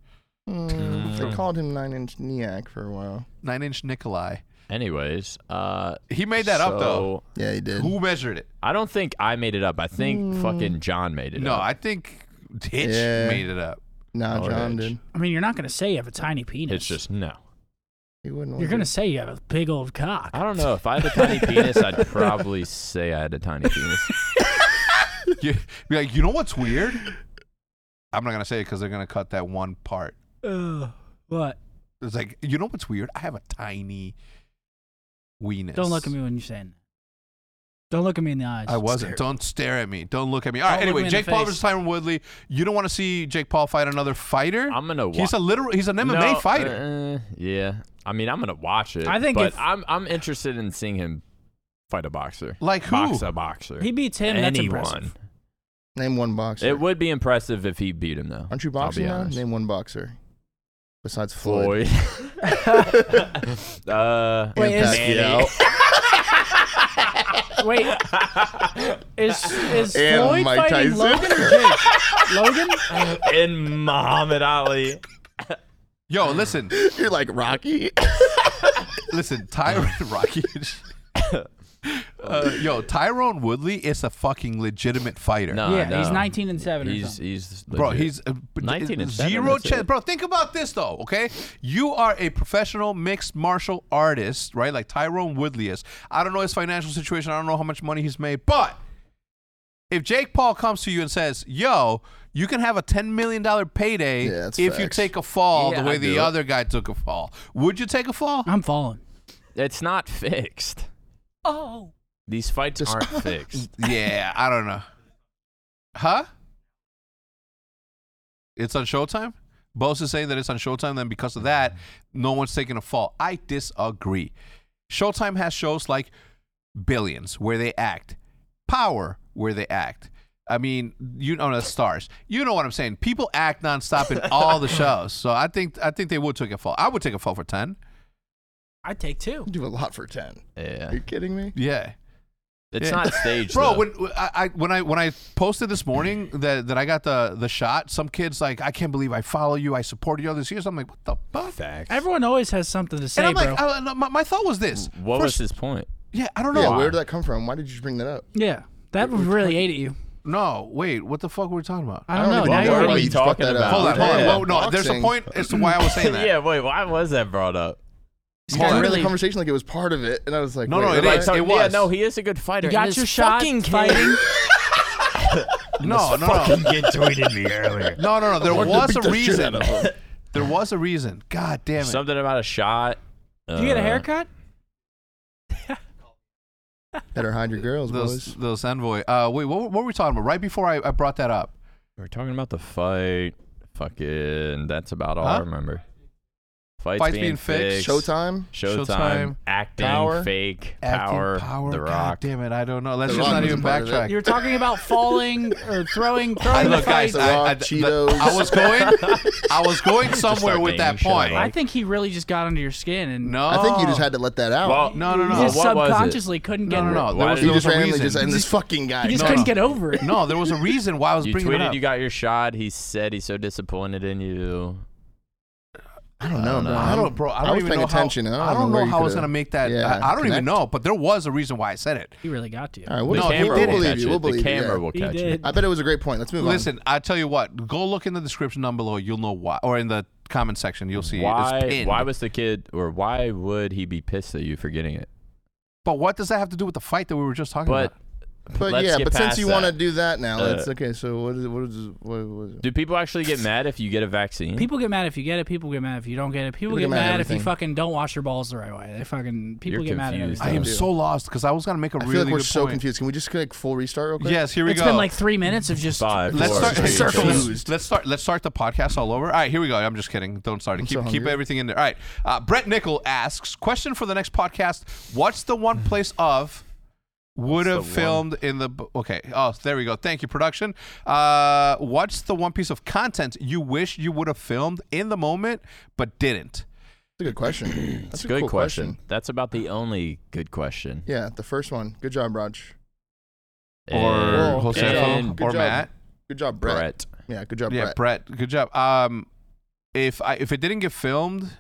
Speaker 2: Hmm.
Speaker 4: Mm,
Speaker 1: Mm.
Speaker 4: They called him Nine Inch Niak for a while.
Speaker 2: Nine Inch Nikolai.
Speaker 1: Anyways, uh,
Speaker 2: He made that up though.
Speaker 1: so-
Speaker 4: Yeah, he did.
Speaker 2: Who measured it?
Speaker 1: I don't think I made it up. I think fucking John made it
Speaker 2: Mm. No,
Speaker 1: up.
Speaker 2: I think Hitch
Speaker 4: Yeah.
Speaker 2: made it up.
Speaker 4: Nah,
Speaker 1: Oh,
Speaker 4: John
Speaker 1: Rich.
Speaker 4: did.
Speaker 3: I mean, you're not gonna say you have a tiny penis.
Speaker 1: It's just no.
Speaker 4: He wouldn't.
Speaker 3: You're
Speaker 4: want
Speaker 3: gonna
Speaker 4: to.
Speaker 3: say you have a big old cock.
Speaker 1: I don't know. If I had a tiny penis, I'd probably say I had a tiny penis.
Speaker 2: You, be like, you know what's weird? I'm not gonna say it because they're gonna cut that one part.
Speaker 3: Ugh, what?
Speaker 2: It's like, you know what's weird? I have a tiny weenus.
Speaker 3: Don't look at me when you're saying that. Don't look at me in the eyes.
Speaker 2: I wasn't.
Speaker 3: Stare.
Speaker 2: Don't stare at me. Don't look at me. All right.
Speaker 3: Don't look
Speaker 2: Anyway,
Speaker 3: me in the
Speaker 2: Jake Paul
Speaker 3: face.
Speaker 2: versus Tyron Woodley. You don't want to see Jake Paul fight another fighter.
Speaker 1: I'm gonna. Wa-
Speaker 2: he's a literal. He's an MMA
Speaker 1: No,
Speaker 2: fighter.
Speaker 1: uh, yeah. I mean, I'm gonna watch it.
Speaker 3: I think
Speaker 1: but
Speaker 3: if-
Speaker 1: I'm I'm interested in seeing him fight a boxer.
Speaker 2: Like who?
Speaker 1: Box a boxer.
Speaker 3: He beats him. That's
Speaker 1: Anyone.
Speaker 3: impressive.
Speaker 4: Name one boxer.
Speaker 1: It would be impressive if he beat him though.
Speaker 4: Aren't you
Speaker 1: I'll
Speaker 4: boxing
Speaker 1: be
Speaker 4: now?
Speaker 1: honest.
Speaker 4: Name one boxer. Besides Floyd.
Speaker 1: Floyd. uh,
Speaker 4: And
Speaker 3: Wait, is-
Speaker 1: Manny.
Speaker 4: Pacquiao.
Speaker 3: Wait, is is
Speaker 4: And
Speaker 3: Floyd
Speaker 4: Mike
Speaker 3: fighting
Speaker 4: Tyson.
Speaker 3: Logan or Jake? Logan?
Speaker 1: and Muhammad Ali.
Speaker 2: Yo, listen,
Speaker 4: You're like Rocky.
Speaker 2: listen, Tyrone Rocky. Uh, yo, Tyrone Woodley is a fucking legitimate fighter.
Speaker 1: No,
Speaker 3: Yeah,
Speaker 1: no.
Speaker 3: he's 19 and 7 or
Speaker 1: He's
Speaker 3: something.
Speaker 1: he's
Speaker 2: Bro,
Speaker 1: legit.
Speaker 2: he's uh, b-
Speaker 1: 19 and seven,
Speaker 2: zero
Speaker 1: that's
Speaker 2: chance.
Speaker 1: it.
Speaker 2: Bro, think about this though, okay? You are a professional mixed martial artist, right? Like Tyrone Woodley is. I don't know his financial situation. I don't know how much money he's made, but if Jake Paul comes to you and says, "Yo, you can have a ten million dollar payday
Speaker 4: Yeah,
Speaker 2: if
Speaker 4: that's
Speaker 2: you
Speaker 4: facts.
Speaker 2: take a fall
Speaker 1: Yeah,
Speaker 2: the way
Speaker 1: I'd do
Speaker 2: the
Speaker 1: it.
Speaker 2: other guy took a fall," would you take a fall?
Speaker 3: I'm falling.
Speaker 1: it's not fixed.
Speaker 3: Oh.
Speaker 1: These fights
Speaker 4: Just-
Speaker 1: aren't fixed.
Speaker 2: yeah, I don't know. Huh? It's on Showtime? Bose is saying that it's on Showtime, then because of that, no one's taking a fall. I disagree. Showtime has shows like Billions, where they act, Power, where they act. I mean, you know the stars. You know what I'm saying. People act nonstop in all the shows, so I think I think they would take a fall. I would take a fall for ten.
Speaker 3: I take two.
Speaker 4: Do a lot for ten.
Speaker 1: Yeah,
Speaker 4: Are you kidding me?
Speaker 2: Yeah,
Speaker 1: it's
Speaker 2: Yeah.
Speaker 1: not staged,
Speaker 2: Bro,
Speaker 1: though.
Speaker 2: when when I, I when I when I posted this morning that, that I got the the shot, some kids like, I can't believe I follow you, I support you all this year. So I'm like, what the fuck?
Speaker 3: Everyone always has something to say,
Speaker 2: And I'm
Speaker 3: bro.
Speaker 2: like, uh, I, no, my, my thought was this.
Speaker 1: what was
Speaker 2: First-
Speaker 1: his point?
Speaker 2: Yeah, I don't know.
Speaker 4: Yeah, where did that come from? Why did you bring that up?
Speaker 3: yeah. That would really ate at you.
Speaker 2: no, wait, what the fuck were we talking about?
Speaker 3: I don't, know.
Speaker 1: even
Speaker 3: Now you're
Speaker 1: know
Speaker 3: really-
Speaker 1: what
Speaker 4: you just brought that
Speaker 1: talking
Speaker 4: up.
Speaker 1: about.
Speaker 2: hold on, hold on.
Speaker 1: Yeah.
Speaker 2: Whoa, no, there's a
Speaker 4: Boxing.
Speaker 2: point as to why I was saying that.
Speaker 1: yeah, wait, why was that brought up?
Speaker 4: You
Speaker 2: Hold
Speaker 4: started
Speaker 2: on.
Speaker 4: the conversation like it was part of it, and I was like,
Speaker 2: No, no,
Speaker 4: wait,
Speaker 2: it
Speaker 4: what?
Speaker 2: is. It
Speaker 1: Yeah,
Speaker 2: was.
Speaker 1: no, he is a good fighter.
Speaker 3: You got
Speaker 1: His
Speaker 3: your shot
Speaker 1: Fucking kid-
Speaker 3: fighting.
Speaker 5: Oh,
Speaker 2: No, no, no,
Speaker 5: Kid tweeted me earlier.
Speaker 2: no, no, no. There
Speaker 4: Wanted
Speaker 2: was
Speaker 4: to beat
Speaker 2: a
Speaker 4: the shit
Speaker 2: reason.
Speaker 4: out of him.
Speaker 2: There was a reason. God damn it.
Speaker 1: Something about a shot.
Speaker 3: Do you get a
Speaker 1: uh,
Speaker 3: haircut?
Speaker 4: Better hide your girls,
Speaker 2: those
Speaker 4: boys.
Speaker 2: those envoy. Uh, wait, what, what were we talking about? Right before I, I brought that up.
Speaker 1: We We're talking about the fight. Fucking, that's about all I
Speaker 2: Huh?
Speaker 1: remember. Fights,
Speaker 2: Fights
Speaker 1: being,
Speaker 2: being fixed.
Speaker 1: fixed.
Speaker 4: Showtime.
Speaker 1: Showtime.
Speaker 2: Showtime.
Speaker 1: Acting.
Speaker 4: Power.
Speaker 1: Fake.
Speaker 2: Acting
Speaker 1: Power.
Speaker 2: power.
Speaker 1: The
Speaker 2: God
Speaker 1: Rock.
Speaker 2: damn it, I don't know. Let's
Speaker 4: The
Speaker 2: just
Speaker 4: Rock
Speaker 2: not
Speaker 4: was
Speaker 2: even
Speaker 4: a part of
Speaker 2: backtrack.
Speaker 4: it.
Speaker 3: You were talking about falling or throwing, throwing the
Speaker 2: look,
Speaker 3: fight.
Speaker 2: guys,
Speaker 4: The
Speaker 2: I, I,
Speaker 4: Rock,
Speaker 2: the-
Speaker 4: Cheetos.
Speaker 2: I was going, I was going somewhere
Speaker 1: start
Speaker 2: with that
Speaker 1: naming shit I
Speaker 2: point.
Speaker 1: like.
Speaker 3: I think he really just got under your skin and
Speaker 2: No,
Speaker 4: I think you just had to let that out.
Speaker 1: Well,
Speaker 2: No, no,
Speaker 3: he
Speaker 2: no.
Speaker 3: just
Speaker 1: Well, what was it?
Speaker 3: subconsciously couldn't get
Speaker 2: no, no,
Speaker 3: over it.
Speaker 2: no.
Speaker 1: Why
Speaker 2: There was,
Speaker 1: did
Speaker 4: you
Speaker 2: there was
Speaker 4: just
Speaker 2: a
Speaker 4: randomly
Speaker 2: reason.
Speaker 4: just and this fucking guy.
Speaker 3: He just
Speaker 2: No,
Speaker 3: couldn't
Speaker 2: no.
Speaker 3: get over it.
Speaker 2: no, there was a reason why I was
Speaker 1: You
Speaker 2: bringing it
Speaker 1: tweeted
Speaker 2: up.
Speaker 1: you got your shot. He said he's so disappointed in you.
Speaker 4: I don't know,
Speaker 1: I don't
Speaker 4: bro.
Speaker 1: know.
Speaker 2: I don't, bro. I don't
Speaker 4: was
Speaker 2: even
Speaker 4: paying
Speaker 2: know
Speaker 4: attention. I
Speaker 2: how.
Speaker 4: don't
Speaker 2: I don't
Speaker 4: know
Speaker 2: know,
Speaker 4: where you
Speaker 2: how I was
Speaker 4: could've-
Speaker 2: gonna make that.
Speaker 4: Yeah,
Speaker 2: I, I don't even
Speaker 4: connect.
Speaker 2: know, but there was a reason why I said it.
Speaker 3: He really got to you.
Speaker 4: All right,
Speaker 1: The
Speaker 4: we'll,
Speaker 2: No,
Speaker 1: camera
Speaker 4: we'll
Speaker 1: will
Speaker 4: believe
Speaker 1: catch
Speaker 4: you.
Speaker 1: it.
Speaker 4: We'll believe
Speaker 1: the
Speaker 4: you.
Speaker 1: camera
Speaker 4: yeah.
Speaker 1: will
Speaker 3: He
Speaker 1: catch
Speaker 3: did.
Speaker 1: it.
Speaker 4: I bet it was a great point. Let's move
Speaker 2: Listen, I tell you what. Go look in the description down below. You'll know why, or in the comment section, you'll see. It's
Speaker 1: Why?
Speaker 2: pinned.
Speaker 1: Why was the kid, or why would he be pissed at you for getting it?
Speaker 2: But what does that have to do with the fight that we were just talking
Speaker 1: But
Speaker 2: about?
Speaker 4: on. But
Speaker 1: let's
Speaker 4: yeah,
Speaker 1: get
Speaker 4: but since
Speaker 1: past
Speaker 4: you want to
Speaker 1: that.
Speaker 4: do that now,
Speaker 1: Uh,
Speaker 4: let's okay. So what is what is what was it?
Speaker 1: do people actually get mad if you get a vaccine?
Speaker 3: People get mad if you get it. People get mad if you don't get it. People, get,
Speaker 4: get mad at
Speaker 3: mad, if you
Speaker 4: everything.
Speaker 3: fucking don't wash your balls the right way. They fucking people
Speaker 1: You're
Speaker 3: get mad at
Speaker 1: confused.
Speaker 3: everything.
Speaker 2: I
Speaker 1: Yeah.
Speaker 2: am so lost because I was gonna make a
Speaker 4: I
Speaker 2: really
Speaker 4: feel like we're
Speaker 2: good
Speaker 4: so
Speaker 2: point.
Speaker 4: confused. Can we just like full restart real quick?
Speaker 2: Yes, here we
Speaker 3: It's
Speaker 2: go.
Speaker 3: been like three minutes of just
Speaker 1: Five,
Speaker 2: Let's
Speaker 1: Or
Speaker 2: start.
Speaker 1: three,
Speaker 2: so
Speaker 1: two.
Speaker 2: let's, let's start. Let's start the podcast all over. All right, here we go. I'm just kidding. Don't start it.
Speaker 4: I'm so
Speaker 2: Keep keep
Speaker 4: hungry.
Speaker 2: everything in there. All right. Uh, Brett Nickel asks question for the next podcast. What's the one
Speaker 4: Mm.
Speaker 2: place of would have
Speaker 1: the one-
Speaker 2: filmed in the b- okay? Oh, there we go. Thank you, production. Uh, what's the one piece of content you wish you would have filmed in the moment but didn't?
Speaker 4: That's a good question. That's
Speaker 1: It's a
Speaker 4: a
Speaker 1: good
Speaker 4: cool
Speaker 1: question. That's about the only good question.
Speaker 4: Yeah, the first one. Good job, Raj.
Speaker 2: Or
Speaker 1: And-
Speaker 4: Jose
Speaker 1: and
Speaker 2: Josefo
Speaker 4: Oh, Good
Speaker 2: or
Speaker 4: job,
Speaker 2: Matt?
Speaker 4: Good job, Brett.
Speaker 1: Brett.
Speaker 4: Yeah, good job,
Speaker 2: Yeah,
Speaker 4: Brett.
Speaker 2: Brett. Good job. Um, if I if it didn't get filmed,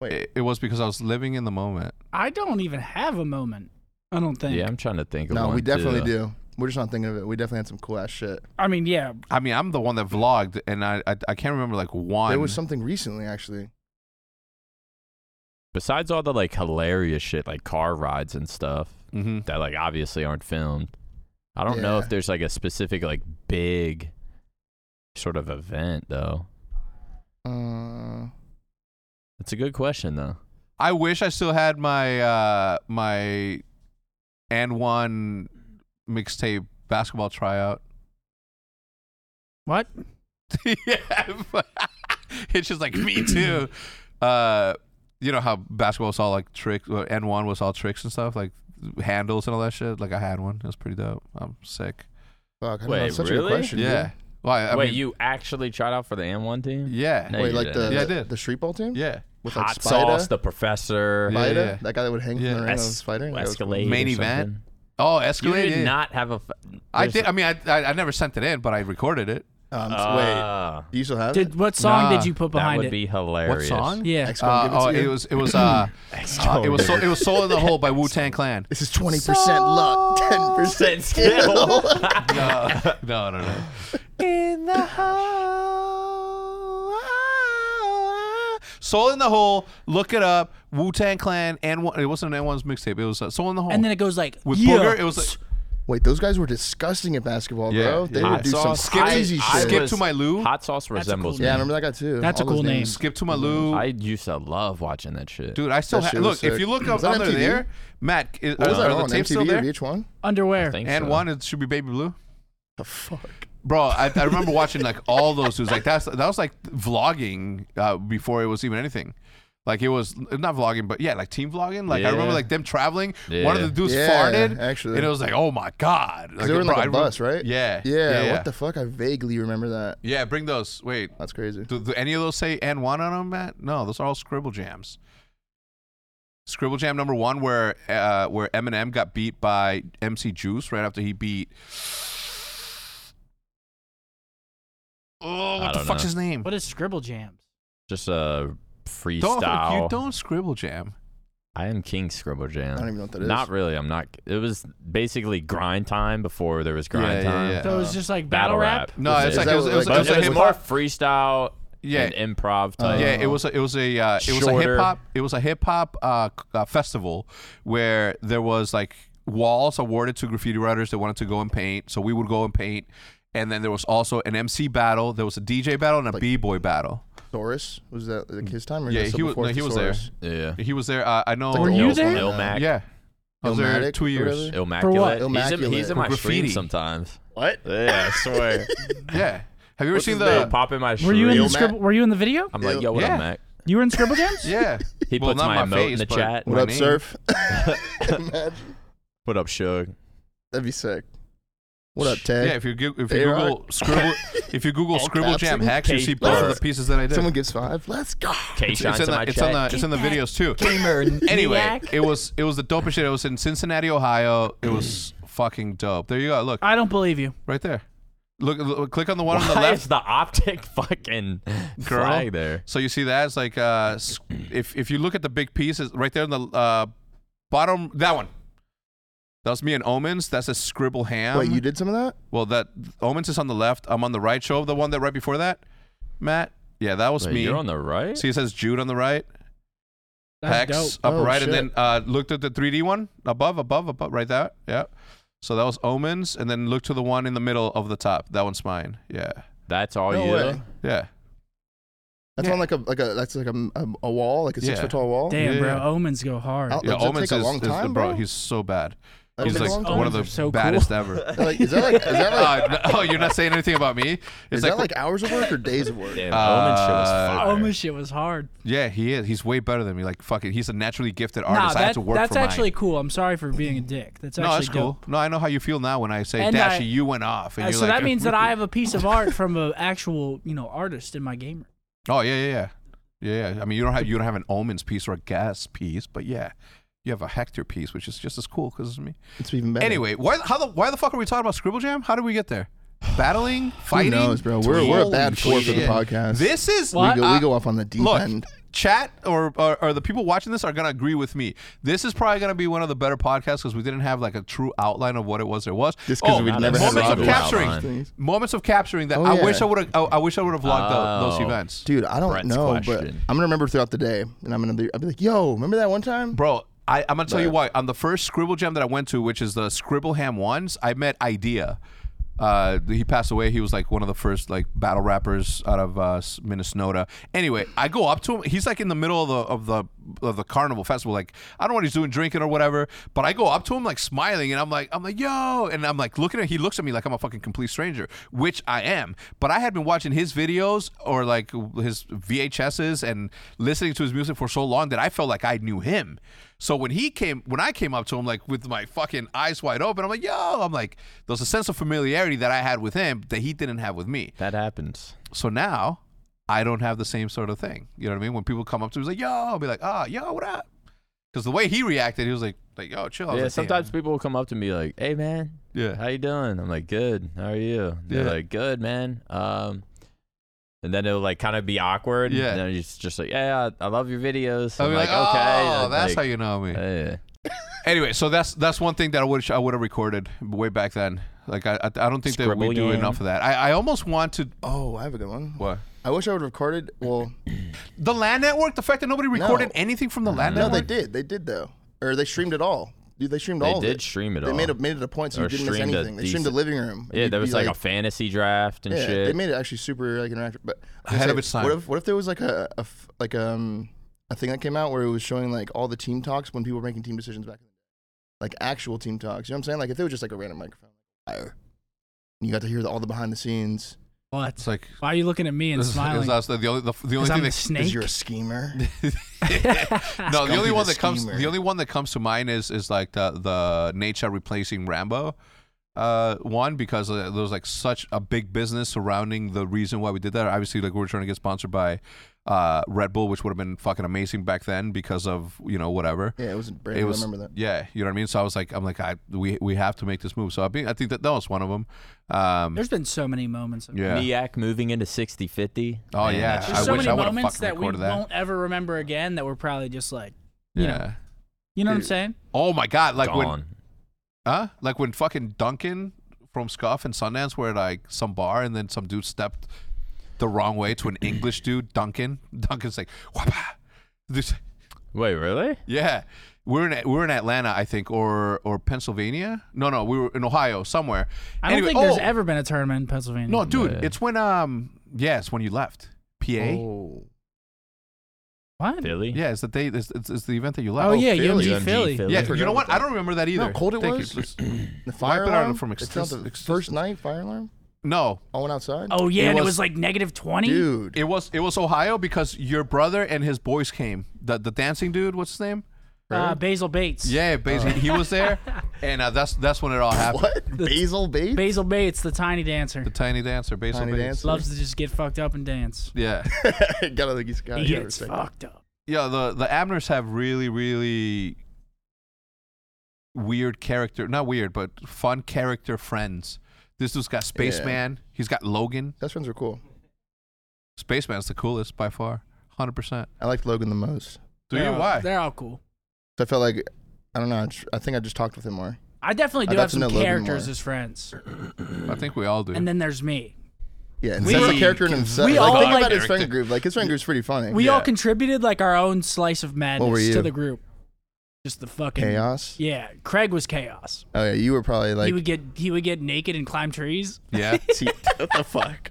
Speaker 4: Wait.
Speaker 2: it, it was because I was living in the moment.
Speaker 3: I don't even have a moment. I don't think.
Speaker 1: Yeah, I'm trying to think of
Speaker 4: No,
Speaker 1: one,
Speaker 4: we definitely
Speaker 1: too.
Speaker 4: do. We're just not thinking of it. We definitely had some cool ass shit.
Speaker 3: I mean, yeah.
Speaker 2: I mean, I'm the one that vlogged, and I I, I can't remember like one.
Speaker 4: There was something recently, actually.
Speaker 1: Besides all the like hilarious shit, like car rides and stuff
Speaker 2: Mhm.
Speaker 1: that like obviously aren't filmed. I don't know
Speaker 4: Yeah.
Speaker 1: if there's like a specific like big sort of event though.
Speaker 4: Uh,
Speaker 1: It's a good question though.
Speaker 2: I wish I still had my uh my and one mixtape basketball tryout.
Speaker 3: What?
Speaker 2: yeah, it's just like me too. Uh, you know how basketball was all like tricks, and one was all tricks and stuff, like handles and all that shit. Like I had one. It was pretty dope. I'm sick.
Speaker 4: fuck, I don't know.
Speaker 1: Wait,
Speaker 4: It's such a
Speaker 1: really?
Speaker 4: good question. dude.
Speaker 2: Yeah. Why? I
Speaker 1: Wait,
Speaker 2: mean,
Speaker 1: you actually tried out for the M1 team?
Speaker 2: Yeah.
Speaker 1: No,
Speaker 4: Wait,
Speaker 1: you
Speaker 4: like the
Speaker 1: didn't.
Speaker 2: Yeah, I
Speaker 4: the-
Speaker 2: did.
Speaker 4: the streetball team
Speaker 2: Yeah.
Speaker 4: with like
Speaker 1: Hot
Speaker 4: Spida,
Speaker 1: sauce, the professor,
Speaker 2: Yeah,
Speaker 4: Spida?
Speaker 2: yeah.
Speaker 4: that guy that would hang
Speaker 2: Yeah.
Speaker 4: from the ring on
Speaker 1: Es-
Speaker 4: his spider. That was cool.
Speaker 1: Escalade,
Speaker 2: Main
Speaker 1: or
Speaker 2: event?
Speaker 1: something.
Speaker 2: Oh,
Speaker 1: You
Speaker 2: escalated.
Speaker 1: did not have a. f-
Speaker 2: I
Speaker 1: there's-
Speaker 2: did. I mean, I, I I never sent it in, but I recorded it.
Speaker 4: Um, so- wait,
Speaker 1: Ah,
Speaker 4: do you still have
Speaker 3: Did what song
Speaker 2: Nah,
Speaker 3: did you put
Speaker 1: that
Speaker 3: behind
Speaker 1: would
Speaker 3: it?
Speaker 1: be
Speaker 2: What
Speaker 1: hilarious.
Speaker 2: song?
Speaker 3: yeah.
Speaker 4: it?
Speaker 2: Uh, oh, it
Speaker 4: it
Speaker 2: was it was uh, uh, it was so, it was Soul in the Hole by Wu Tang Clan.
Speaker 4: This is twenty percent luck, ten percent skill.
Speaker 2: No, no, no, no. In the hole. ah, Soul in the hole. Look it up. Wu Tang Clan and one, it wasn't an N1's mixtape. It was uh, Soul in the hole.
Speaker 3: And then it goes like
Speaker 2: with
Speaker 3: yeah.
Speaker 2: Booger, it was like
Speaker 4: Wait, those guys were disgusting at basketball,
Speaker 2: Yeah,
Speaker 4: bro. They
Speaker 2: yeah.
Speaker 4: would do some
Speaker 1: Hot sauce. I-
Speaker 4: crazy
Speaker 1: I
Speaker 4: shit.
Speaker 2: Skip
Speaker 1: was-
Speaker 2: to my Lou.
Speaker 1: Hot sauce resembles
Speaker 3: cool
Speaker 1: me.
Speaker 4: yeah, I remember that guy too.
Speaker 3: That's a
Speaker 4: All those
Speaker 3: cool name.
Speaker 4: names.
Speaker 2: Skip to my Lou.
Speaker 1: I used to love watching that shit.
Speaker 2: Dude, I still
Speaker 4: That
Speaker 2: ha-
Speaker 4: shit was
Speaker 2: look. If
Speaker 4: sick.
Speaker 2: you look up
Speaker 4: Was that
Speaker 2: under
Speaker 4: MTV?
Speaker 2: there, Matt, is,
Speaker 4: What was
Speaker 2: are
Speaker 4: that
Speaker 2: the
Speaker 4: on
Speaker 2: tapes
Speaker 4: MTV
Speaker 2: still
Speaker 4: or
Speaker 2: there?
Speaker 4: VH1?
Speaker 1: I
Speaker 3: underwear.
Speaker 1: think
Speaker 2: And
Speaker 1: so.
Speaker 2: one, it should be Baby Blue.
Speaker 4: The fuck.
Speaker 2: Bro, I, I remember watching like all those dudes. Like that's that was like vlogging uh, before it was even anything. Like it was not vlogging, but yeah, like team vlogging. Like I remember
Speaker 1: Yeah.
Speaker 2: like them traveling. One of
Speaker 1: Yeah.
Speaker 2: the dudes
Speaker 4: Yeah,
Speaker 2: farted,
Speaker 4: actually.
Speaker 2: and it was like, oh my god. Like,
Speaker 4: they were in
Speaker 2: bro,
Speaker 4: like
Speaker 2: I
Speaker 4: a
Speaker 2: remem-
Speaker 4: bus, right?
Speaker 2: Yeah,
Speaker 4: Yeah.
Speaker 2: yeah.
Speaker 4: What the fuck? I vaguely remember that.
Speaker 2: Yeah, bring those. Wait,
Speaker 4: That's crazy.
Speaker 2: do, do any of those say and one on them, Matt? No, those are all scribble jams. Scribble jam number one, where uh, where Eminem got beat by MC Juice right after he beat. Oh,
Speaker 1: I
Speaker 2: what the
Speaker 1: don't
Speaker 2: fuck's
Speaker 1: know.
Speaker 2: his name?
Speaker 3: What is Scribble Jams?
Speaker 1: Just a freestyle.
Speaker 2: Don't you don't scribble jam.
Speaker 1: I am King Scribble Jam.
Speaker 4: I don't even know what that is.
Speaker 1: Not really. I'm not. It was basically grind time before there was grind
Speaker 2: Yeah, yeah,
Speaker 1: time.
Speaker 2: yeah.
Speaker 3: So it was just like battle, rap.
Speaker 2: No,
Speaker 1: Was
Speaker 2: it's
Speaker 1: it-
Speaker 2: like
Speaker 4: that
Speaker 2: it was,
Speaker 4: what,
Speaker 2: it was,
Speaker 4: like,
Speaker 2: it
Speaker 1: But
Speaker 2: was
Speaker 1: it
Speaker 2: a
Speaker 1: was
Speaker 2: hip
Speaker 1: more
Speaker 2: hop.
Speaker 1: freestyle
Speaker 2: Yeah. Uh-huh.
Speaker 1: and improv
Speaker 4: Uh,
Speaker 1: type.
Speaker 2: Yeah, it was a, it was a uh, it was a
Speaker 1: Shorter.
Speaker 2: hip hop it was a hip hop uh, c- uh, festival where there was like walls awarded to graffiti writers that wanted to go and paint. So we would go and paint, and then there was also an MC battle. There was a DJ battle and a boy battle.
Speaker 4: Soros was that like his time? Or
Speaker 2: Yeah,
Speaker 4: just
Speaker 2: he was-
Speaker 4: before
Speaker 2: no, he was
Speaker 4: Thesaurus?
Speaker 1: yeah.
Speaker 2: He was there. Uh, I know.
Speaker 4: like Were
Speaker 3: you
Speaker 1: Ill-
Speaker 3: there?
Speaker 1: Illmac.
Speaker 2: Yeah, I was there
Speaker 4: Illmatic
Speaker 2: two
Speaker 4: or
Speaker 2: years.
Speaker 4: whatever?
Speaker 1: Immaculate. He's in,
Speaker 4: Immaculate.
Speaker 1: he's in
Speaker 4: For
Speaker 1: my
Speaker 2: graffiti.
Speaker 1: stream sometimes.
Speaker 4: What?
Speaker 1: Yeah, I swear.
Speaker 2: Yeah. Have you ever seen
Speaker 1: They
Speaker 2: the?
Speaker 1: pop in my stream.
Speaker 3: Were you in the
Speaker 4: Mac.
Speaker 3: Scribble? Were you in the video?
Speaker 1: I'm like, yo, what
Speaker 2: Yeah.
Speaker 1: up, Mac?
Speaker 3: You were in Scribble Jams?
Speaker 2: Yeah.
Speaker 1: He
Speaker 2: Well,
Speaker 1: puts
Speaker 2: not
Speaker 1: my,
Speaker 2: my
Speaker 1: emote
Speaker 2: face,
Speaker 1: in the
Speaker 2: but-
Speaker 1: chat.
Speaker 4: What
Speaker 2: My
Speaker 4: up,
Speaker 2: name.
Speaker 4: Surf? Imagine.
Speaker 1: What up, Shug?
Speaker 4: That'd be sick. What up, Tay?
Speaker 2: Yeah, if you go- if you
Speaker 4: A-Rock.
Speaker 2: Google scribble if you Google
Speaker 4: All
Speaker 2: scribble
Speaker 4: caps
Speaker 2: jam
Speaker 4: in
Speaker 2: hacks, you
Speaker 1: case-
Speaker 2: see both of
Speaker 4: Alright.
Speaker 2: the pieces that I did.
Speaker 4: Someone gives five. Let's go.
Speaker 1: K
Speaker 2: it's, it's
Speaker 1: shines
Speaker 2: in
Speaker 1: in my
Speaker 2: the, it's
Speaker 1: chat.
Speaker 2: in the it's in the videos too.
Speaker 1: gamer.
Speaker 2: Anyway, it was it was the dopest shit. It was in Cincinnati, Ohio. It was fucking dope. There you go. Look
Speaker 3: I don't believe you.
Speaker 2: right there. Look, look click on the one on the
Speaker 1: Why is
Speaker 2: left.
Speaker 1: the optic fucking
Speaker 2: Girl.
Speaker 1: flag there?
Speaker 2: So you see that it's like uh, s- if if you look at the big pieces right there in the uh, bottom that one. That was me and Omens. That's a scribble ham.
Speaker 4: Wait, you did some of that?
Speaker 2: Well, that Omens is on the left. I'm on the right. Show the one that right before that, Matt. Yeah, that was
Speaker 1: Wait,
Speaker 2: me.
Speaker 1: You're on the right.
Speaker 2: See, it says Jude on the right.
Speaker 3: That's
Speaker 2: Hex
Speaker 3: dope.
Speaker 2: up
Speaker 4: Oh,
Speaker 2: right,
Speaker 4: shit.
Speaker 2: and then uh, looked at the 3D one above, above, above, right there. Yeah. So that was Omens, and then look to the one in the middle of the top. That one's mine. Yeah.
Speaker 1: That's all
Speaker 4: no
Speaker 1: you.
Speaker 4: way.
Speaker 2: Yeah.
Speaker 4: That's
Speaker 2: Yeah.
Speaker 4: on like a like a that's like a, a, a wall, like a six
Speaker 2: Yeah.
Speaker 4: foot tall wall.
Speaker 3: Damn,
Speaker 2: Yeah.
Speaker 3: bro. Omens go hard.
Speaker 4: I'll-
Speaker 2: Yeah.
Speaker 4: Does Oh, that
Speaker 2: Omens
Speaker 4: take a
Speaker 2: is,
Speaker 4: long
Speaker 2: is the-
Speaker 4: time,
Speaker 2: bro.
Speaker 4: bro?
Speaker 2: He's so bad.
Speaker 4: That
Speaker 2: He's
Speaker 4: takes
Speaker 2: like
Speaker 4: a long
Speaker 2: one of
Speaker 4: time.
Speaker 2: the
Speaker 3: Omens are so cool.
Speaker 2: baddest ever.
Speaker 4: Like, is that like is that like
Speaker 2: uh, no, you're not saying anything about me. It's
Speaker 4: is that like hours of work or days of work?
Speaker 1: Damn,
Speaker 2: Uh,
Speaker 1: Omen shit was fire.
Speaker 3: Omens shit was hard.
Speaker 2: yeah, he is. He's way better than me. Like, fuck it. He's a naturally gifted
Speaker 3: Nah,
Speaker 2: artist. I had
Speaker 3: that,
Speaker 2: to work
Speaker 3: that's
Speaker 2: for mine.
Speaker 3: actually cool. I'm sorry for being a dick. That's actually
Speaker 2: No, that's cool.
Speaker 3: dope.
Speaker 2: No, I know how you feel now when I say,
Speaker 3: And
Speaker 2: Dashy,
Speaker 3: I-
Speaker 2: you went off. And
Speaker 3: Uh,
Speaker 2: you're
Speaker 3: so
Speaker 2: like,
Speaker 3: that means that I have a piece of art from an actual, you know, artist in my gamer.
Speaker 2: Oh yeah, yeah, yeah, yeah. yeah. I mean, you don't have you don't have an omens piece or a gas piece, but yeah, you have a Hector piece, which is just as cool because it's me.
Speaker 4: It's even better.
Speaker 2: Anyway, why how the why the fuck are we talking about Scribble Jam? How did we get there? Battling,
Speaker 4: who
Speaker 2: fighting,
Speaker 4: knows, bro? We're, we're a
Speaker 2: Holy
Speaker 4: bad four for the
Speaker 2: shit.
Speaker 4: podcast.
Speaker 2: This is
Speaker 4: we go,
Speaker 2: uh,
Speaker 4: we go off on the deep
Speaker 2: look.
Speaker 4: end.
Speaker 2: Chat or, or or the people watching this are gonna agree with me. This is probably gonna be one of the better podcasts because we didn't have like a true outline of what it was there was.
Speaker 4: Just 'cause
Speaker 2: oh,
Speaker 4: we never
Speaker 1: had
Speaker 2: moments
Speaker 1: a
Speaker 2: of
Speaker 1: proper
Speaker 2: capturing
Speaker 1: outline.
Speaker 4: Things.
Speaker 2: moments of capturing that.
Speaker 4: Oh,
Speaker 2: I
Speaker 4: yeah.
Speaker 2: wish I would have. I, I wish I would have logged tho- those
Speaker 1: Oh.
Speaker 2: events,
Speaker 4: Dude, I don't
Speaker 1: Brett's
Speaker 4: know, but
Speaker 1: question.
Speaker 4: I'm gonna remember throughout the day, and I'm gonna be I'll be like, yo, remember that one time?
Speaker 2: Bro, I, I'm gonna tell you
Speaker 4: But-
Speaker 2: why. On the first Scribble Jam that I went to, which is the Scribble Ham ones, I met Idea. Uh, he passed away. He was like one of the first like battle rappers out of uh, S- Minnesota. Anyway, I go up to him. He's like in the middle of the of the of the carnival festival. Like I don't know what he's doing, drinking or whatever. But I go up to him like smiling, and I'm like, I'm like, yo, "Oh," and I'm like looking at. He looks at me like I'm a fucking complete stranger, which I am. But I had been watching his videos or like his VHSs and listening to his music for so long that I felt like I knew him. So when he came, when I came up to him, like with my fucking eyes wide open, I'm like, yo, I'm like, there's a sense of familiarity that I had with him that he didn't have with me.
Speaker 1: That happens.
Speaker 2: So now I don't have the same sort of thing. You know what I mean? When people come up to me, it's like, yo, I'll be like, ah, yo, what up? Because the way he reacted, he was like, Like, yo, chill. I was
Speaker 1: yeah,
Speaker 2: like, damn.
Speaker 1: sometimes people will come up to me like, "Hey, man,
Speaker 2: Yeah.
Speaker 1: how you doing?" I'm like, "Good. How are you?" They're
Speaker 2: Yeah.
Speaker 1: like, "Good, man." Um, and then it'll like kind of be awkward.
Speaker 2: Yeah.
Speaker 1: And then it's just like, "Yeah, I I love your videos."
Speaker 2: I'll
Speaker 1: I'm
Speaker 2: be
Speaker 1: like,
Speaker 2: like,
Speaker 1: "Okay."
Speaker 2: oh,
Speaker 1: And,
Speaker 2: that's how
Speaker 1: like,
Speaker 2: you know me.
Speaker 1: Yeah.
Speaker 2: Anyway, so that's that's one thing that I wish I would have recorded way back then. Like I, I, I don't think that
Speaker 1: Scribble
Speaker 2: we do
Speaker 1: yam.
Speaker 2: enough of that. I, I almost want to.
Speaker 4: Oh, I have a good one.
Speaker 2: What?
Speaker 4: I wish I would have recorded. Well,
Speaker 2: The land network. The fact that nobody recorded
Speaker 4: No.
Speaker 2: anything from the land
Speaker 4: no, they
Speaker 2: network.
Speaker 4: did. They did though, or they streamed it all. Dude, they streamed
Speaker 1: They
Speaker 4: all. of
Speaker 1: did
Speaker 4: it.
Speaker 1: stream it
Speaker 4: They
Speaker 1: all.
Speaker 4: made it made it a point, so
Speaker 1: Or
Speaker 4: you didn't miss
Speaker 1: streamed a
Speaker 4: anything. They streamed the
Speaker 1: decent-
Speaker 4: living room.
Speaker 1: Yeah,
Speaker 4: You'd
Speaker 1: there
Speaker 4: be
Speaker 1: was like, a fantasy draft and
Speaker 4: yeah,
Speaker 1: shit.
Speaker 4: they made it actually super like interactive. But I was
Speaker 2: Ahead
Speaker 4: gonna
Speaker 2: of
Speaker 4: say,
Speaker 2: its time.
Speaker 4: What if what if there was like a, a f- like um a thing that came out where it was showing like all the team talks when people were making team decisions back in the day, like actual team talks. You know what I'm saying? Like if it was just like a random microphone, fire. And you got to hear the, all the behind the scenes.
Speaker 3: What?
Speaker 2: It's like
Speaker 3: Why are you looking at me and
Speaker 2: this is-
Speaker 3: smiling?
Speaker 2: is us- the only the, the only
Speaker 3: Because I'm
Speaker 2: thing that
Speaker 3: a
Speaker 4: Because
Speaker 3: snake.
Speaker 4: you're a schemer.
Speaker 2: no, the
Speaker 4: Scumby
Speaker 2: only
Speaker 4: the
Speaker 2: one that comes
Speaker 4: schemer.
Speaker 2: the only one that comes to mind is is like the the nature replacing Rambo uh one because uh, there was like such a big business surrounding the reason why we did that. Obviously, like we were trying to get sponsored by uh Red Bull, which would have been fucking amazing back then because of you know whatever.
Speaker 4: yeah, it was brand
Speaker 2: It
Speaker 4: new. I
Speaker 2: was,
Speaker 4: remember that.
Speaker 2: yeah, you know what I mean. So I was like, I'm like, I we we have to make this move. So I mean, I think that that was one of them. Um,
Speaker 3: There's been so many moments. Of
Speaker 2: yeah.
Speaker 1: Miak moving into 60-50.
Speaker 2: Oh,
Speaker 1: Man,
Speaker 2: yeah.
Speaker 1: that shit-
Speaker 3: There's
Speaker 2: I
Speaker 3: so
Speaker 2: wish
Speaker 3: many
Speaker 2: I would've
Speaker 3: moments
Speaker 2: fucking
Speaker 3: that we
Speaker 2: recorded that.
Speaker 3: won't ever remember again that we're probably just like, you know,
Speaker 2: yeah.
Speaker 3: you know what I'm saying?
Speaker 2: Oh my god! Like when
Speaker 1: gone.
Speaker 2: Huh? Like when fucking Duncan from Scuff and Sundance were at like some bar and then some dude stepped the wrong way to an English dude, Duncan. Duncan's like, Wapa. This,
Speaker 1: Wait, really?
Speaker 2: yeah. We're in we're in Atlanta, I think, or or Pennsylvania. No, no, we were in Ohio somewhere.
Speaker 3: I don't
Speaker 2: Anyway-
Speaker 3: think there's
Speaker 2: oh,
Speaker 3: ever been a tournament in Pennsylvania.
Speaker 2: No, dude,
Speaker 1: Yeah.
Speaker 2: it's when um yeah, it's when you left. PA.
Speaker 4: Oh.
Speaker 3: What?
Speaker 1: Philly?
Speaker 2: Yeah, it's the day it's, it's, it's the event that you left. Oh,
Speaker 3: Oh, yeah,
Speaker 4: Philly.
Speaker 3: UMG
Speaker 1: UMG
Speaker 3: Philly.
Speaker 1: Philly.
Speaker 2: Yeah,
Speaker 4: I
Speaker 2: you
Speaker 4: forgot
Speaker 2: know what?
Speaker 4: about
Speaker 2: I don't remember that either.
Speaker 4: how cold it
Speaker 2: Thank
Speaker 4: was?
Speaker 2: you. Let's-
Speaker 4: The fire
Speaker 2: it out
Speaker 4: alarm.
Speaker 2: from
Speaker 4: They found
Speaker 2: exist-
Speaker 4: the
Speaker 2: existence.
Speaker 4: first night fire alarm.
Speaker 2: No,
Speaker 4: All went outside.
Speaker 3: Oh yeah,
Speaker 2: It
Speaker 3: and it
Speaker 2: was-
Speaker 3: was like negative twenty.
Speaker 4: dude.
Speaker 2: It was it was Ohio because your brother and his boys came. The the dancing dude, what's his name?
Speaker 3: Uh, Basil Bates.
Speaker 2: Yeah, basically he was there, and uh, that's that's when it all happened.
Speaker 4: what? Basil Bates?
Speaker 3: Basil Bates, the tiny dancer,
Speaker 2: The tiny dancer, Basil
Speaker 4: Tiny
Speaker 2: Bates.
Speaker 4: dancer.
Speaker 3: loves to just get fucked up and dance.
Speaker 2: Yeah,
Speaker 4: Gotta think he's got
Speaker 3: He
Speaker 4: it for a
Speaker 3: gets
Speaker 4: second.
Speaker 3: fucked up.
Speaker 2: yeah. The the Abners have really really weird character, not weird, but fun character friends. This dude's got Spaceman. He's got Logan.
Speaker 4: Best friends were cool.
Speaker 2: Spaceman's the coolest by far, hundred percent.
Speaker 4: I liked Logan the most.
Speaker 2: Do
Speaker 3: They're
Speaker 2: you
Speaker 3: all-
Speaker 2: why?
Speaker 3: They're all cool.
Speaker 4: So I felt like I don't know. I, tr- I think I just talked with him more.
Speaker 3: I definitely
Speaker 4: I'd
Speaker 3: do
Speaker 4: have
Speaker 3: have
Speaker 4: to know
Speaker 3: some
Speaker 4: Logan
Speaker 3: characters
Speaker 4: more.
Speaker 3: as friends,
Speaker 2: I think we all do.
Speaker 3: and then there's me.
Speaker 4: Yeah, and
Speaker 3: We-
Speaker 4: that's a character in himself.
Speaker 3: we
Speaker 4: like,
Speaker 3: all
Speaker 4: think
Speaker 3: like-
Speaker 4: about his friend group. Like his friend group's pretty funny.
Speaker 3: We all
Speaker 2: Yeah.
Speaker 3: contributed like our own slice of
Speaker 4: What were
Speaker 3: madness
Speaker 4: you?
Speaker 3: to the group. Just the fucking
Speaker 4: Chaos.
Speaker 3: Yeah, Craig was chaos.
Speaker 4: Oh yeah, you were probably like
Speaker 3: he would get he would get naked and climb trees
Speaker 2: yeah.
Speaker 4: see, what the fuck?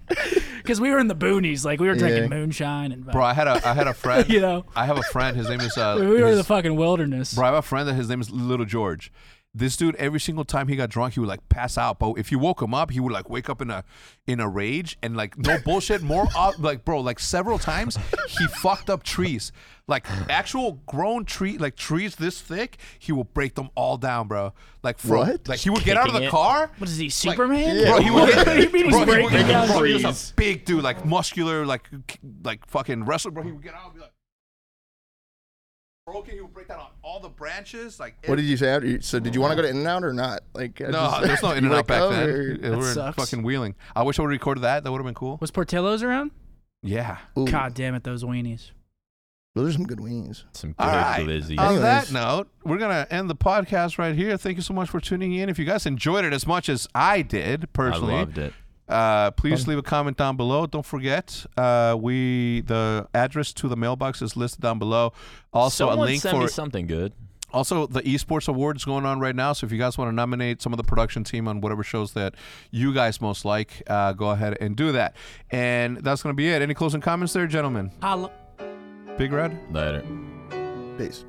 Speaker 3: because we were in the boonies, like we were drinking
Speaker 4: Yeah.
Speaker 3: moonshine and
Speaker 2: Bro, I had a I had a friend.
Speaker 3: you know
Speaker 2: I have a friend. His name is uh.
Speaker 3: we were in
Speaker 2: his-
Speaker 3: the fucking wilderness.
Speaker 2: Bro, I have a friend that his name is Little George. This dude, every single time he got drunk, he would like pass out. But if you woke him up, he would like wake up in a in a rage and like no bullshit. More up, like bro, like several times he fucked up trees, like actual grown tree, like trees this thick. He would break them all down, bro. Like from,
Speaker 4: What?
Speaker 2: Like he would get out of the
Speaker 1: Kicking it.
Speaker 2: car.
Speaker 3: What is he, Superman?
Speaker 4: yeah.
Speaker 2: Bro, he would
Speaker 3: what
Speaker 2: get,
Speaker 3: do you mean he's
Speaker 2: bro, he would get-
Speaker 3: breaking down
Speaker 2: bro, he
Speaker 3: trees?
Speaker 2: was a big dude, like muscular, like k- like fucking wrestler. Bro, he would get out and be like. Broken, he would break down on all the branches, like
Speaker 4: What did you say? After? you- So did you want to go to In and Out or not? Like I
Speaker 2: No,
Speaker 4: just-
Speaker 2: there's no
Speaker 4: you
Speaker 2: in and
Speaker 4: were
Speaker 2: out
Speaker 4: like,
Speaker 2: back
Speaker 4: oh,
Speaker 2: then.
Speaker 4: you're-
Speaker 2: They were in
Speaker 3: sucks.
Speaker 2: fucking wheeling. I wish I would have recorded that. That would have been cool.
Speaker 3: Was Portillo's around?
Speaker 2: Yeah.
Speaker 4: Ooh,
Speaker 3: God damn it, those weenies.
Speaker 4: Those are some good wings.
Speaker 1: Some good
Speaker 2: All right.
Speaker 1: glizzy.
Speaker 2: On that
Speaker 4: Anyways.
Speaker 2: note, we're gonna end the podcast right here. Thank you so much for tuning in. If you guys enjoyed it as much as I did
Speaker 1: I
Speaker 2: personally,
Speaker 1: loved it.
Speaker 2: uh, please leave a comment down below. Don't forget, uh, we the address to the mailbox is listed down below. Also,
Speaker 1: Someone
Speaker 2: a link
Speaker 1: send
Speaker 2: for
Speaker 1: me something good.
Speaker 2: Also, the esports awards going on right now. So if you guys want to nominate some of the production team on whatever shows that you guys most like, uh, go ahead and do that. And that's going to be it. Any closing comments there, gentlemen?
Speaker 3: Holla.
Speaker 2: Big Red,
Speaker 1: Later.
Speaker 4: Peace.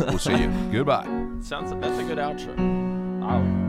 Speaker 2: we'll see you. Goodbye.
Speaker 1: Sounds that's a good outro.